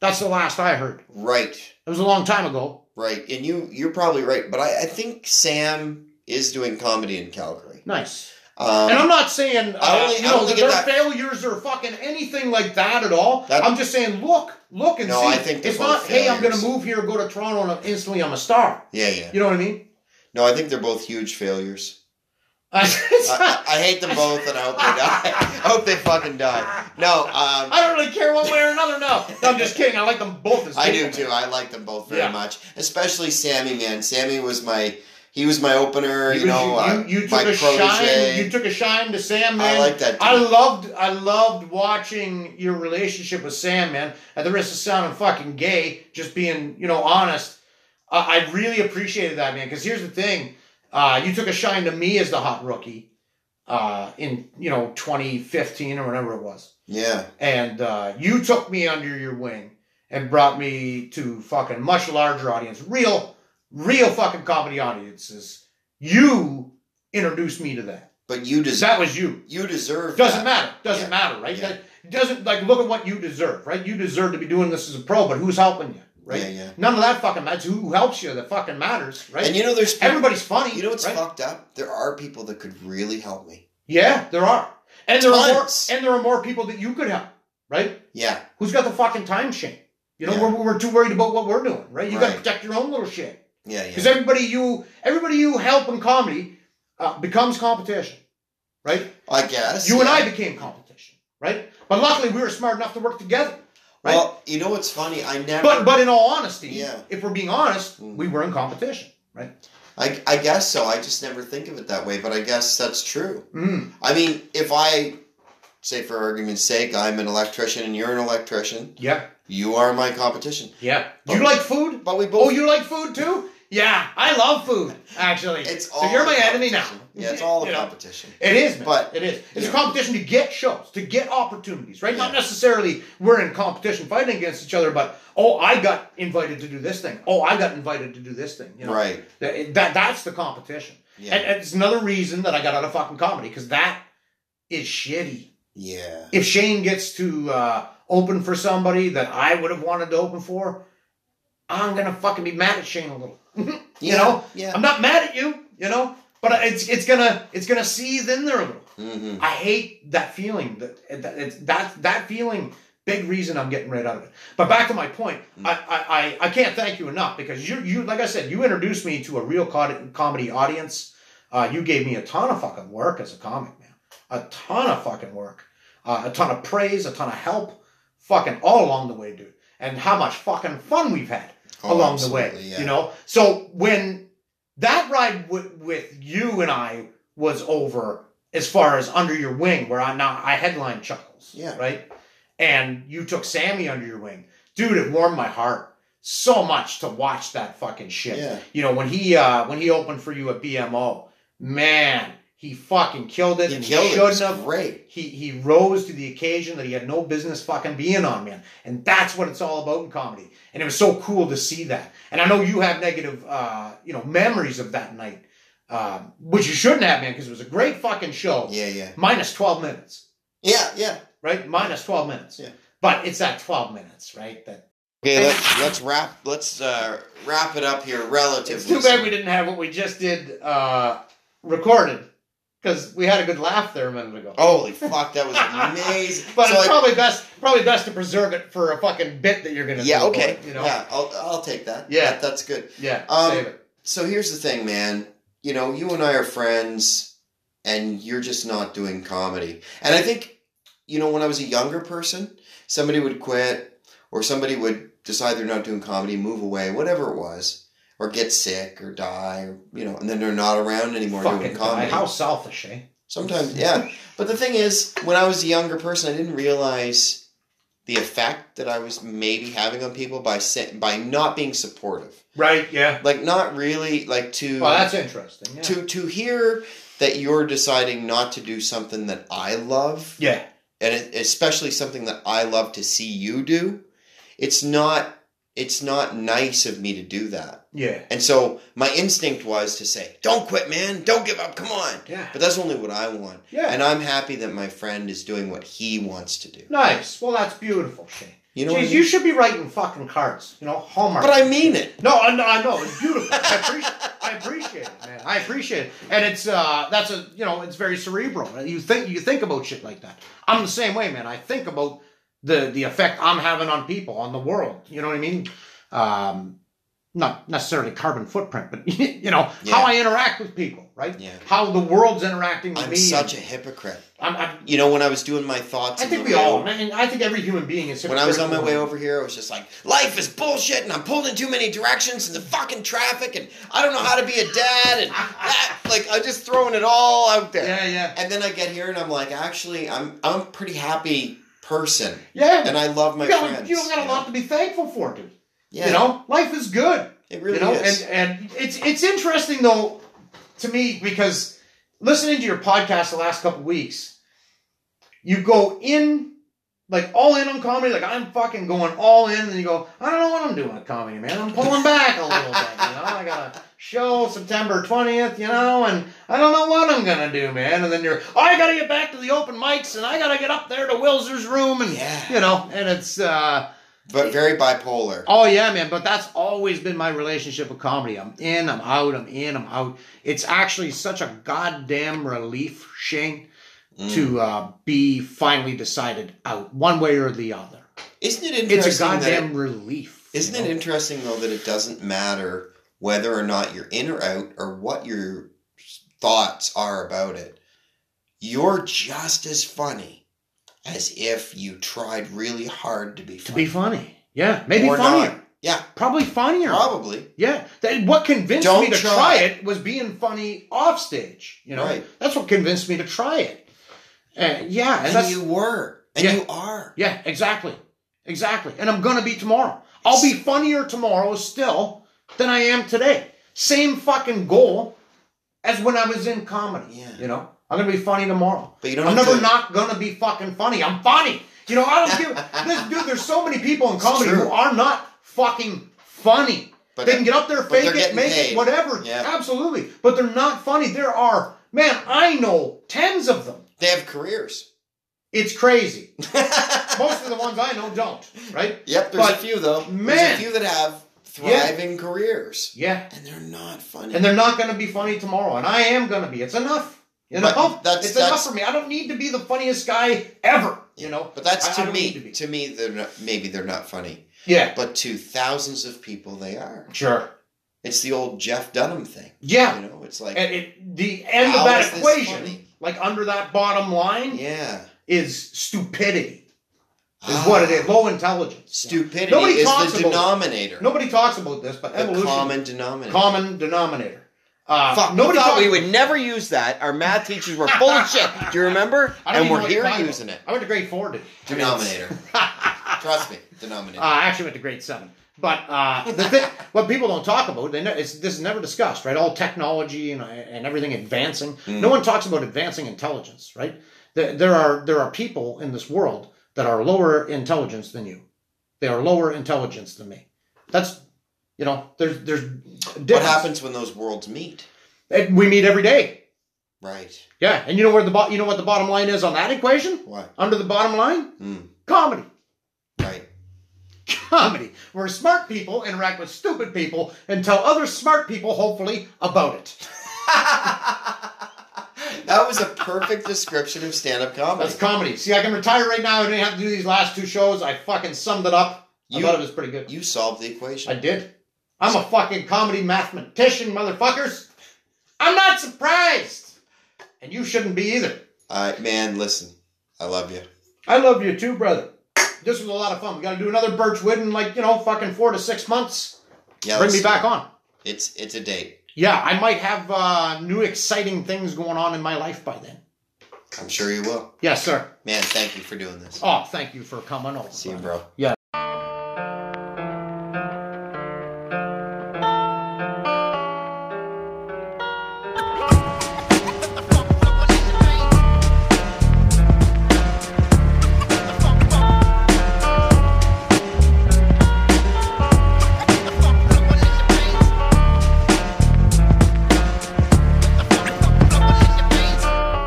S1: That's the last I heard.
S2: right,
S1: It was a long time ago.
S2: right, and you you're probably right, but I, I think Sam is doing comedy in Calgary.
S1: Nice.
S2: Um,
S1: and I'm not saying uh,
S2: I only-
S1: you
S2: I
S1: know
S2: only
S1: that
S2: get
S1: their
S2: that-
S1: failures or fucking anything like that at all.
S2: That-
S1: I'm just saying, look, look and
S2: No,
S1: see.
S2: I think they're
S1: it's
S2: both
S1: not. Hey, I'm going
S2: failures.
S1: to move here, go to Toronto, and instantly I'm a star.
S2: yeah, yeah.
S1: You know what I mean?
S2: No, I think they're both huge failures. I, I, I hate them both, and I hope they die. I hope they fucking die. No, um,
S1: I don't really care one way or another. No, No, I'm just kidding. I like them both. As
S2: I do
S1: people.
S2: too. I like them both very
S1: Yeah.
S2: much, especially Sammy. Man, Sammy was my he was my opener. You, know,
S1: you,
S2: uh,
S1: you, you
S2: my
S1: took a
S2: protege.
S1: shine. You took a shine to Sam. Man.
S2: I like that.
S1: I
S2: dude.
S1: loved, I loved watching your relationship with Sam, man. At the risk of sounding fucking gay, just being, you know, honest. I, I really appreciated that, man. Because here's the thing: uh, you took a shine to me as the hot rookie uh, in, you know, 2015 or whatever it was,
S2: yeah,
S1: and uh, you took me under your wing and brought me to fucking much larger audience, real, real fucking comedy audiences. You introduced me to that.
S2: but you deserve
S1: That was you.
S2: you deserve
S1: Doesn't
S2: that.
S1: matter. Doesn't
S2: Yeah.
S1: matter, right?
S2: Yeah.
S1: That doesn't like look at what you deserve, right? You deserve to be doing this as a pro, but who's helping you, right?
S2: Yeah, yeah.
S1: None of that fucking matters. Who helps you that fucking matters, right?
S2: And you know, there's
S1: Everybody's funny.
S2: You know what's
S1: right?
S2: fucked up? There are people that could really help me.
S1: Yeah, there are, and there are more,
S2: Tons.
S1: and there are more people that you could help, right?
S2: Yeah,
S1: Who's got the fucking time shame? You know,
S2: Yeah.
S1: we're, we're too worried about what we're doing, right? You got to
S2: Right.
S1: protect your own little shit
S2: yeah, yeah.
S1: because everybody you everybody you help in comedy uh, becomes competition, right?
S2: I guess
S1: You and
S2: yeah.
S1: I became competition, right? But luckily, we were smart enough to work together. right?
S2: Well, you know what's funny? I never.
S1: But but in all honesty,
S2: Yeah.
S1: if we're being honest,
S2: Mm.
S1: we were in competition, right?
S2: I, I guess so. I just never think of it that way, but I guess that's true.
S1: Mm.
S2: I mean, if I say, for argument's sake, I'm an electrician and you're an electrician,
S1: Yeah,
S2: you are my competition.
S1: yeah. Do you like food?
S2: But we
S1: Oh,
S2: both.
S1: you like food too? Yeah, I love food. Actually,
S2: it's all
S1: so you're
S2: a
S1: my enemy now.
S2: competition. Yeah, it's all a
S1: You know?
S2: competition.
S1: It is, man.
S2: But-
S1: it is. It's a
S2: yeah.
S1: competition to get shows, to get opportunities, right? Not
S2: Yeah.
S1: necessarily we're in competition fighting against each other, but oh, I got invited to do this thing. Oh, I got invited to do this thing. You know?
S2: Right.
S1: That, that- that's the competition,
S2: Yeah.
S1: and, and it's another reason that I got out of fucking comedy because that is shitty.
S2: yeah.
S1: if Shane gets to uh, open for somebody that I would have wanted to open for, I'm gonna fucking be mad at Shane a little.
S2: Yeah,
S1: You know, um,
S2: Yeah.
S1: I'm not mad at you, you know, but it's it's gonna it's gonna seethe in there a little.
S2: Mm-hmm.
S1: I hate that feeling. That that it's, that, that feeling. Big reason I'm getting right out of it. But back to my point, I, I, I I can't thank you enough because you you like I said, you introduced me to a real cod- comedy audience. Uh, you gave me a ton of fucking work as a comic man, a ton of fucking work, uh, a ton of praise, a ton of help, fucking all along the way, dude. And how much fucking fun we've had
S2: Oh,
S1: along the
S2: absolutely,
S1: way.
S2: yeah.
S1: You know, so when that ride w- with you and I was over, as far as under your wing, where I now I headline chuckles,
S2: Yeah.
S1: right, and you took Sammy under your wing, dude. It warmed my heart so much to watch that fucking shit.
S2: Yeah.
S1: You know when he uh when he opened for you at BMO, man, he fucking killed it.
S2: He
S1: and
S2: killed it.
S1: he
S2: It was
S1: shouldn't have.
S2: great.
S1: He he rose to the occasion that he had no business fucking being on, man. And that's what it's all about in comedy. And it was so cool to see that. And I know you have negative, uh, you know, memories of that night, um, which you shouldn't have, man, because it was a great fucking show.
S2: Yeah, yeah.
S1: Minus twelve minutes,
S2: Yeah, yeah.
S1: right? Minus twelve minutes.
S2: Yeah.
S1: But it's that twelve minutes, right? That
S2: Okay, let's let's wrap let's uh, wrap it up here relatively.
S1: it's too bad we didn't have what we just did uh, recorded because we had a good laugh there a minute ago.
S2: Holy fuck, that was amazing.
S1: But
S2: Oh, So
S1: it's
S2: I-
S1: probably best, probably best to preserve it for a fucking bit that you're gonna.
S2: yeah,
S1: do,
S2: okay.
S1: You know,
S2: Yeah, I'll, I'll take that.
S1: Yeah.
S2: That- that's good.
S1: yeah.
S2: Um,
S1: save it.
S2: So here's the thing, man. You know, you and I are friends, and you're just not doing comedy. And I think, you know, when I was a younger person, somebody would quit, or somebody would decide they're not doing comedy, move away, whatever it was, or get sick, or die, or, you know, and then they're not around anymore
S1: Fucking
S2: doing
S1: guy,
S2: comedy.
S1: how selfish, eh?
S2: Sometimes, yeah. But the thing is, when I was a younger person, I didn't realize the effect that I was maybe having on people by sa- by not being supportive,
S1: Right. Yeah.
S2: like not really like to
S1: Well, that's interesting. Yeah.
S2: to to hear that you're deciding not to do something that I love,
S1: yeah.
S2: and it, especially something that I love to see you do. It's not it's not nice of me to do that.
S1: Yeah.
S2: And so my instinct was to say, "Don't quit, man. Don't give up. Come on."
S1: Yeah.
S2: But that's only what I want.
S1: Yeah.
S2: And I'm happy that my friend is doing what he wants to do.
S1: nice. Well, that's beautiful, Shane.
S2: You
S1: You
S2: know what I
S1: Jeez,
S2: mean?
S1: you should be writing fucking cards. You know, Hallmark.
S2: But I mean it.
S1: No, I know, I know. It's beautiful. I appreciate, I appreciate it, man. I appreciate it, and it's uh, that's a you know, it's very cerebral. You think you think about shit like that. I'm the same way, man. I think about the the effect I'm having on people, on the world. You know what I mean? Um, not necessarily carbon footprint, but you know
S2: Yeah.
S1: how I interact with people, right?
S2: Yeah.
S1: How the world's interacting with
S2: I'm
S1: me.
S2: such a hypocrite.
S1: I'm, I'm,
S2: You know, when I was doing my thoughts,
S1: I
S2: on
S1: think
S2: the
S1: we
S2: way
S1: all.
S2: over-
S1: I mean, I think every human being is.
S2: When I was on my
S1: hypocritical.
S2: way over here, I was just like, life is bullshit, and I'm pulled in too many directions, and the fucking traffic, and I don't know how to be a dad, and that, like I'm just throwing it all out there.
S1: Yeah, yeah,
S2: And then I get here, and I'm like, actually, I'm I'm a pretty happy person,
S1: yeah.
S2: and I love my
S1: you, got,
S2: friends.
S1: you don't got a
S2: know?
S1: lot to be thankful for, dude.
S2: Yeah,
S1: You know, life is good.
S2: it really
S1: you know,
S2: is.
S1: and and it's it's interesting though to me because listening to your podcast the last couple weeks, you go in like all in on comedy, like I'm fucking going all in, and then you go, I don't know what I'm doing with comedy, man. I'm pulling back a little bit, you know. I got a show September twentieth, you know, and I don't know what I'm gonna do, man. And then you're, oh, I gotta get back to the open mics, and I gotta get up there to Wilzer's room, and
S2: Yeah.
S1: you know, and it's. uh
S2: but very bipolar.
S1: Oh yeah, man. But that's always been my relationship with comedy. I'm in, I'm out, I'm in, I'm out. It's actually such a goddamn relief, Shane,
S2: Mm.
S1: to uh, be finally decided out one way or the other.
S2: Isn't it interesting?
S1: It's a
S2: that
S1: goddamn relief. you
S2: Isn't
S1: know?
S2: it interesting though that it doesn't matter whether or not you're in or out or what your thoughts are about it? You're just as funny as if you tried really hard to be
S1: to
S2: funny.
S1: be funny? Yeah, maybe
S2: Or
S1: funnier.
S2: not. Yeah,
S1: Probably funnier.
S2: probably.
S1: Yeah. That, what convinced
S2: Don't
S1: me to
S2: try.
S1: try. it was being funny off stage. You know,
S2: Right.
S1: that's what convinced me to try it. Uh, yeah, and,
S2: And,
S1: that's
S2: you were. And
S1: Yeah.
S2: you are.
S1: Yeah, exactly. Exactly. And I'm going to be tomorrow. I'll be funnier tomorrow still than I am today. Same fucking goal as when I was in comedy.
S2: Yeah.
S1: You know, I'm going to be funny tomorrow.
S2: But you don't
S1: I'm
S2: have
S1: never
S2: to-
S1: not going to be fucking funny. I'm funny. You know, I don't give. this, dude, there's so many people in comedy
S2: true.
S1: who are not fucking funny.
S2: But-
S1: they can get up there,
S2: but
S1: fake
S2: they're
S1: it,
S2: getting
S1: make
S2: paid.
S1: it, whatever.
S2: Yeah.
S1: Absolutely. But they're not funny. There are, man, I know tens of them.
S2: They have careers.
S1: It's crazy. Most of the ones I know don't, right?
S2: Yep, there's a
S1: But,
S2: few though. there's
S1: man.
S2: a few that have
S1: Yeah.
S2: thriving careers.
S1: Yeah.
S2: And they're not funny.
S1: And they're not going to be funny tomorrow, and I am going to be. It's enough. You
S2: But
S1: know,
S2: that's-
S1: it's
S2: that's-
S1: enough for me. I don't need to be the funniest guy ever. You know,
S2: But that's
S1: I- I
S2: to
S1: don't
S2: me
S1: need to be.
S2: to me they're not, maybe they're not funny.
S1: yeah,
S2: But to thousands of people they are.
S1: sure,
S2: It's the old Jeff Dunham thing.
S1: yeah.
S2: You know, it's like,
S1: And it, the end
S2: How
S1: of
S2: is
S1: that
S2: this
S1: equation,
S2: funny?
S1: like under that bottom line,
S2: yeah, Ah.
S1: is stupidity. Is what it is. Low intelligence.
S2: Stupidity
S1: Nobody
S2: is
S1: talks
S2: the
S1: about-
S2: denominator,
S1: Nobody talks about this, but
S2: the
S1: evolution, common,
S2: common denominator.
S1: denominator. Uh,
S4: Fuck,
S1: nobody
S4: nobody thought
S1: talks-
S4: we would never use that. Our math teachers were full of shit. Do you remember?
S1: I don't
S4: And
S1: even
S4: we're
S1: know what you're
S4: here
S1: talking
S4: using it.
S1: about. I went to grade four, dude. I mean, it's-
S2: denominator. Trust me, denominator.
S1: Uh, I actually went to grade seven. But uh, the thing, what people don't talk about, they ne- it's, this is never discussed, right? All technology and, and everything advancing.
S2: Mm-hmm.
S1: No one talks about advancing intelligence, right? There, there are there are people in this world that are lower intelligence than you. They are lower intelligence than me. That's you know, there's there's difference.
S2: what happens when those worlds meet?
S1: And we meet every day.
S2: Right.
S1: Yeah, and you know where the bo- you know what the bottom line is on that equation?
S2: What?
S1: Under the bottom line,
S2: Mm,
S1: comedy.
S2: right.
S1: comedy where smart people interact with stupid people and tell other smart people, hopefully, about it.
S2: That was a perfect description of stand-up comedy.
S1: That's comedy. See, I can retire right now. I didn't have to do these last two shows. I fucking summed it up.
S2: You-
S1: I thought it was pretty good.
S2: you solved the
S1: I
S2: equation.
S1: did. I'm a fucking comedy mathematician, motherfuckers. I'm not surprised. And you shouldn't be either.
S2: Uh, man, listen, I love you.
S1: I love you too, brother. This was a lot of fun. We gotta do another Birchwood in like, you know, fucking four to six months.
S2: Yeah,
S1: Bring me
S2: let's-
S1: back on.
S2: It's it's a date.
S1: Yeah, I might have uh, new exciting things going on in my life by then.
S2: I'm sure you will.
S1: Yes, sir.
S2: Man, thank you for doing this.
S1: Oh, thank you for coming over.
S2: See you, bro.
S1: Yeah.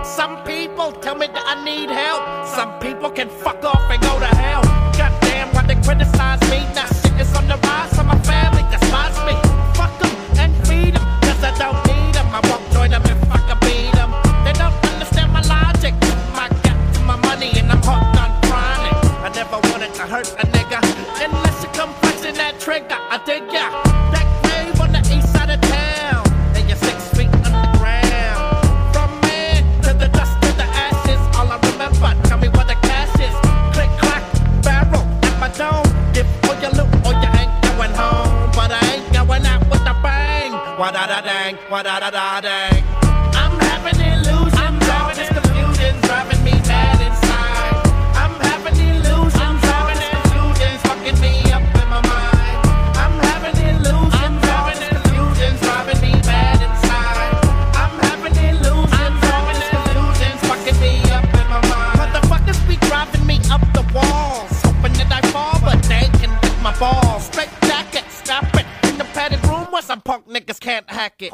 S5: Some people tell me that I need help. Some people can fuck off and go to hell. Goddamn, why they criticize me? Now shit is on the rise, so my family despise me. Fuck 'em and feed 'em, 'cause I don't need 'em. I won't join 'em if I can beat 'em. They don't understand my logic. My got to my money and I'm hooked on chronic. I never wanted to hurt a nigga. Unless you come flexing that trigger, I dig ya. That punk niggas can't hack it.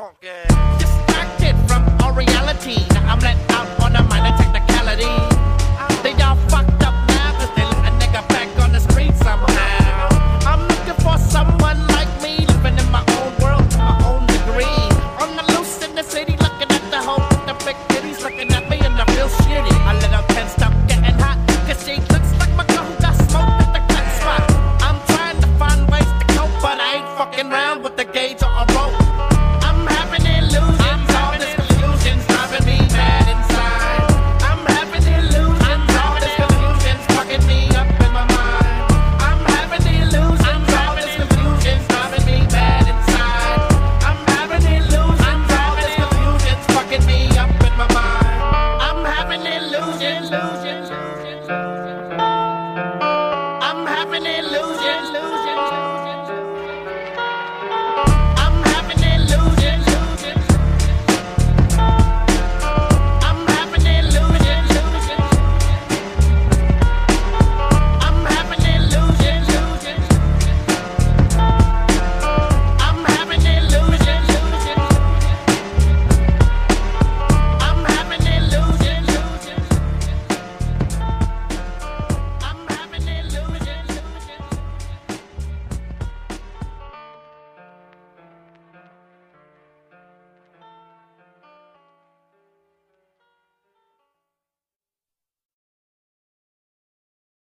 S5: Distracted from our reality. Now I'm let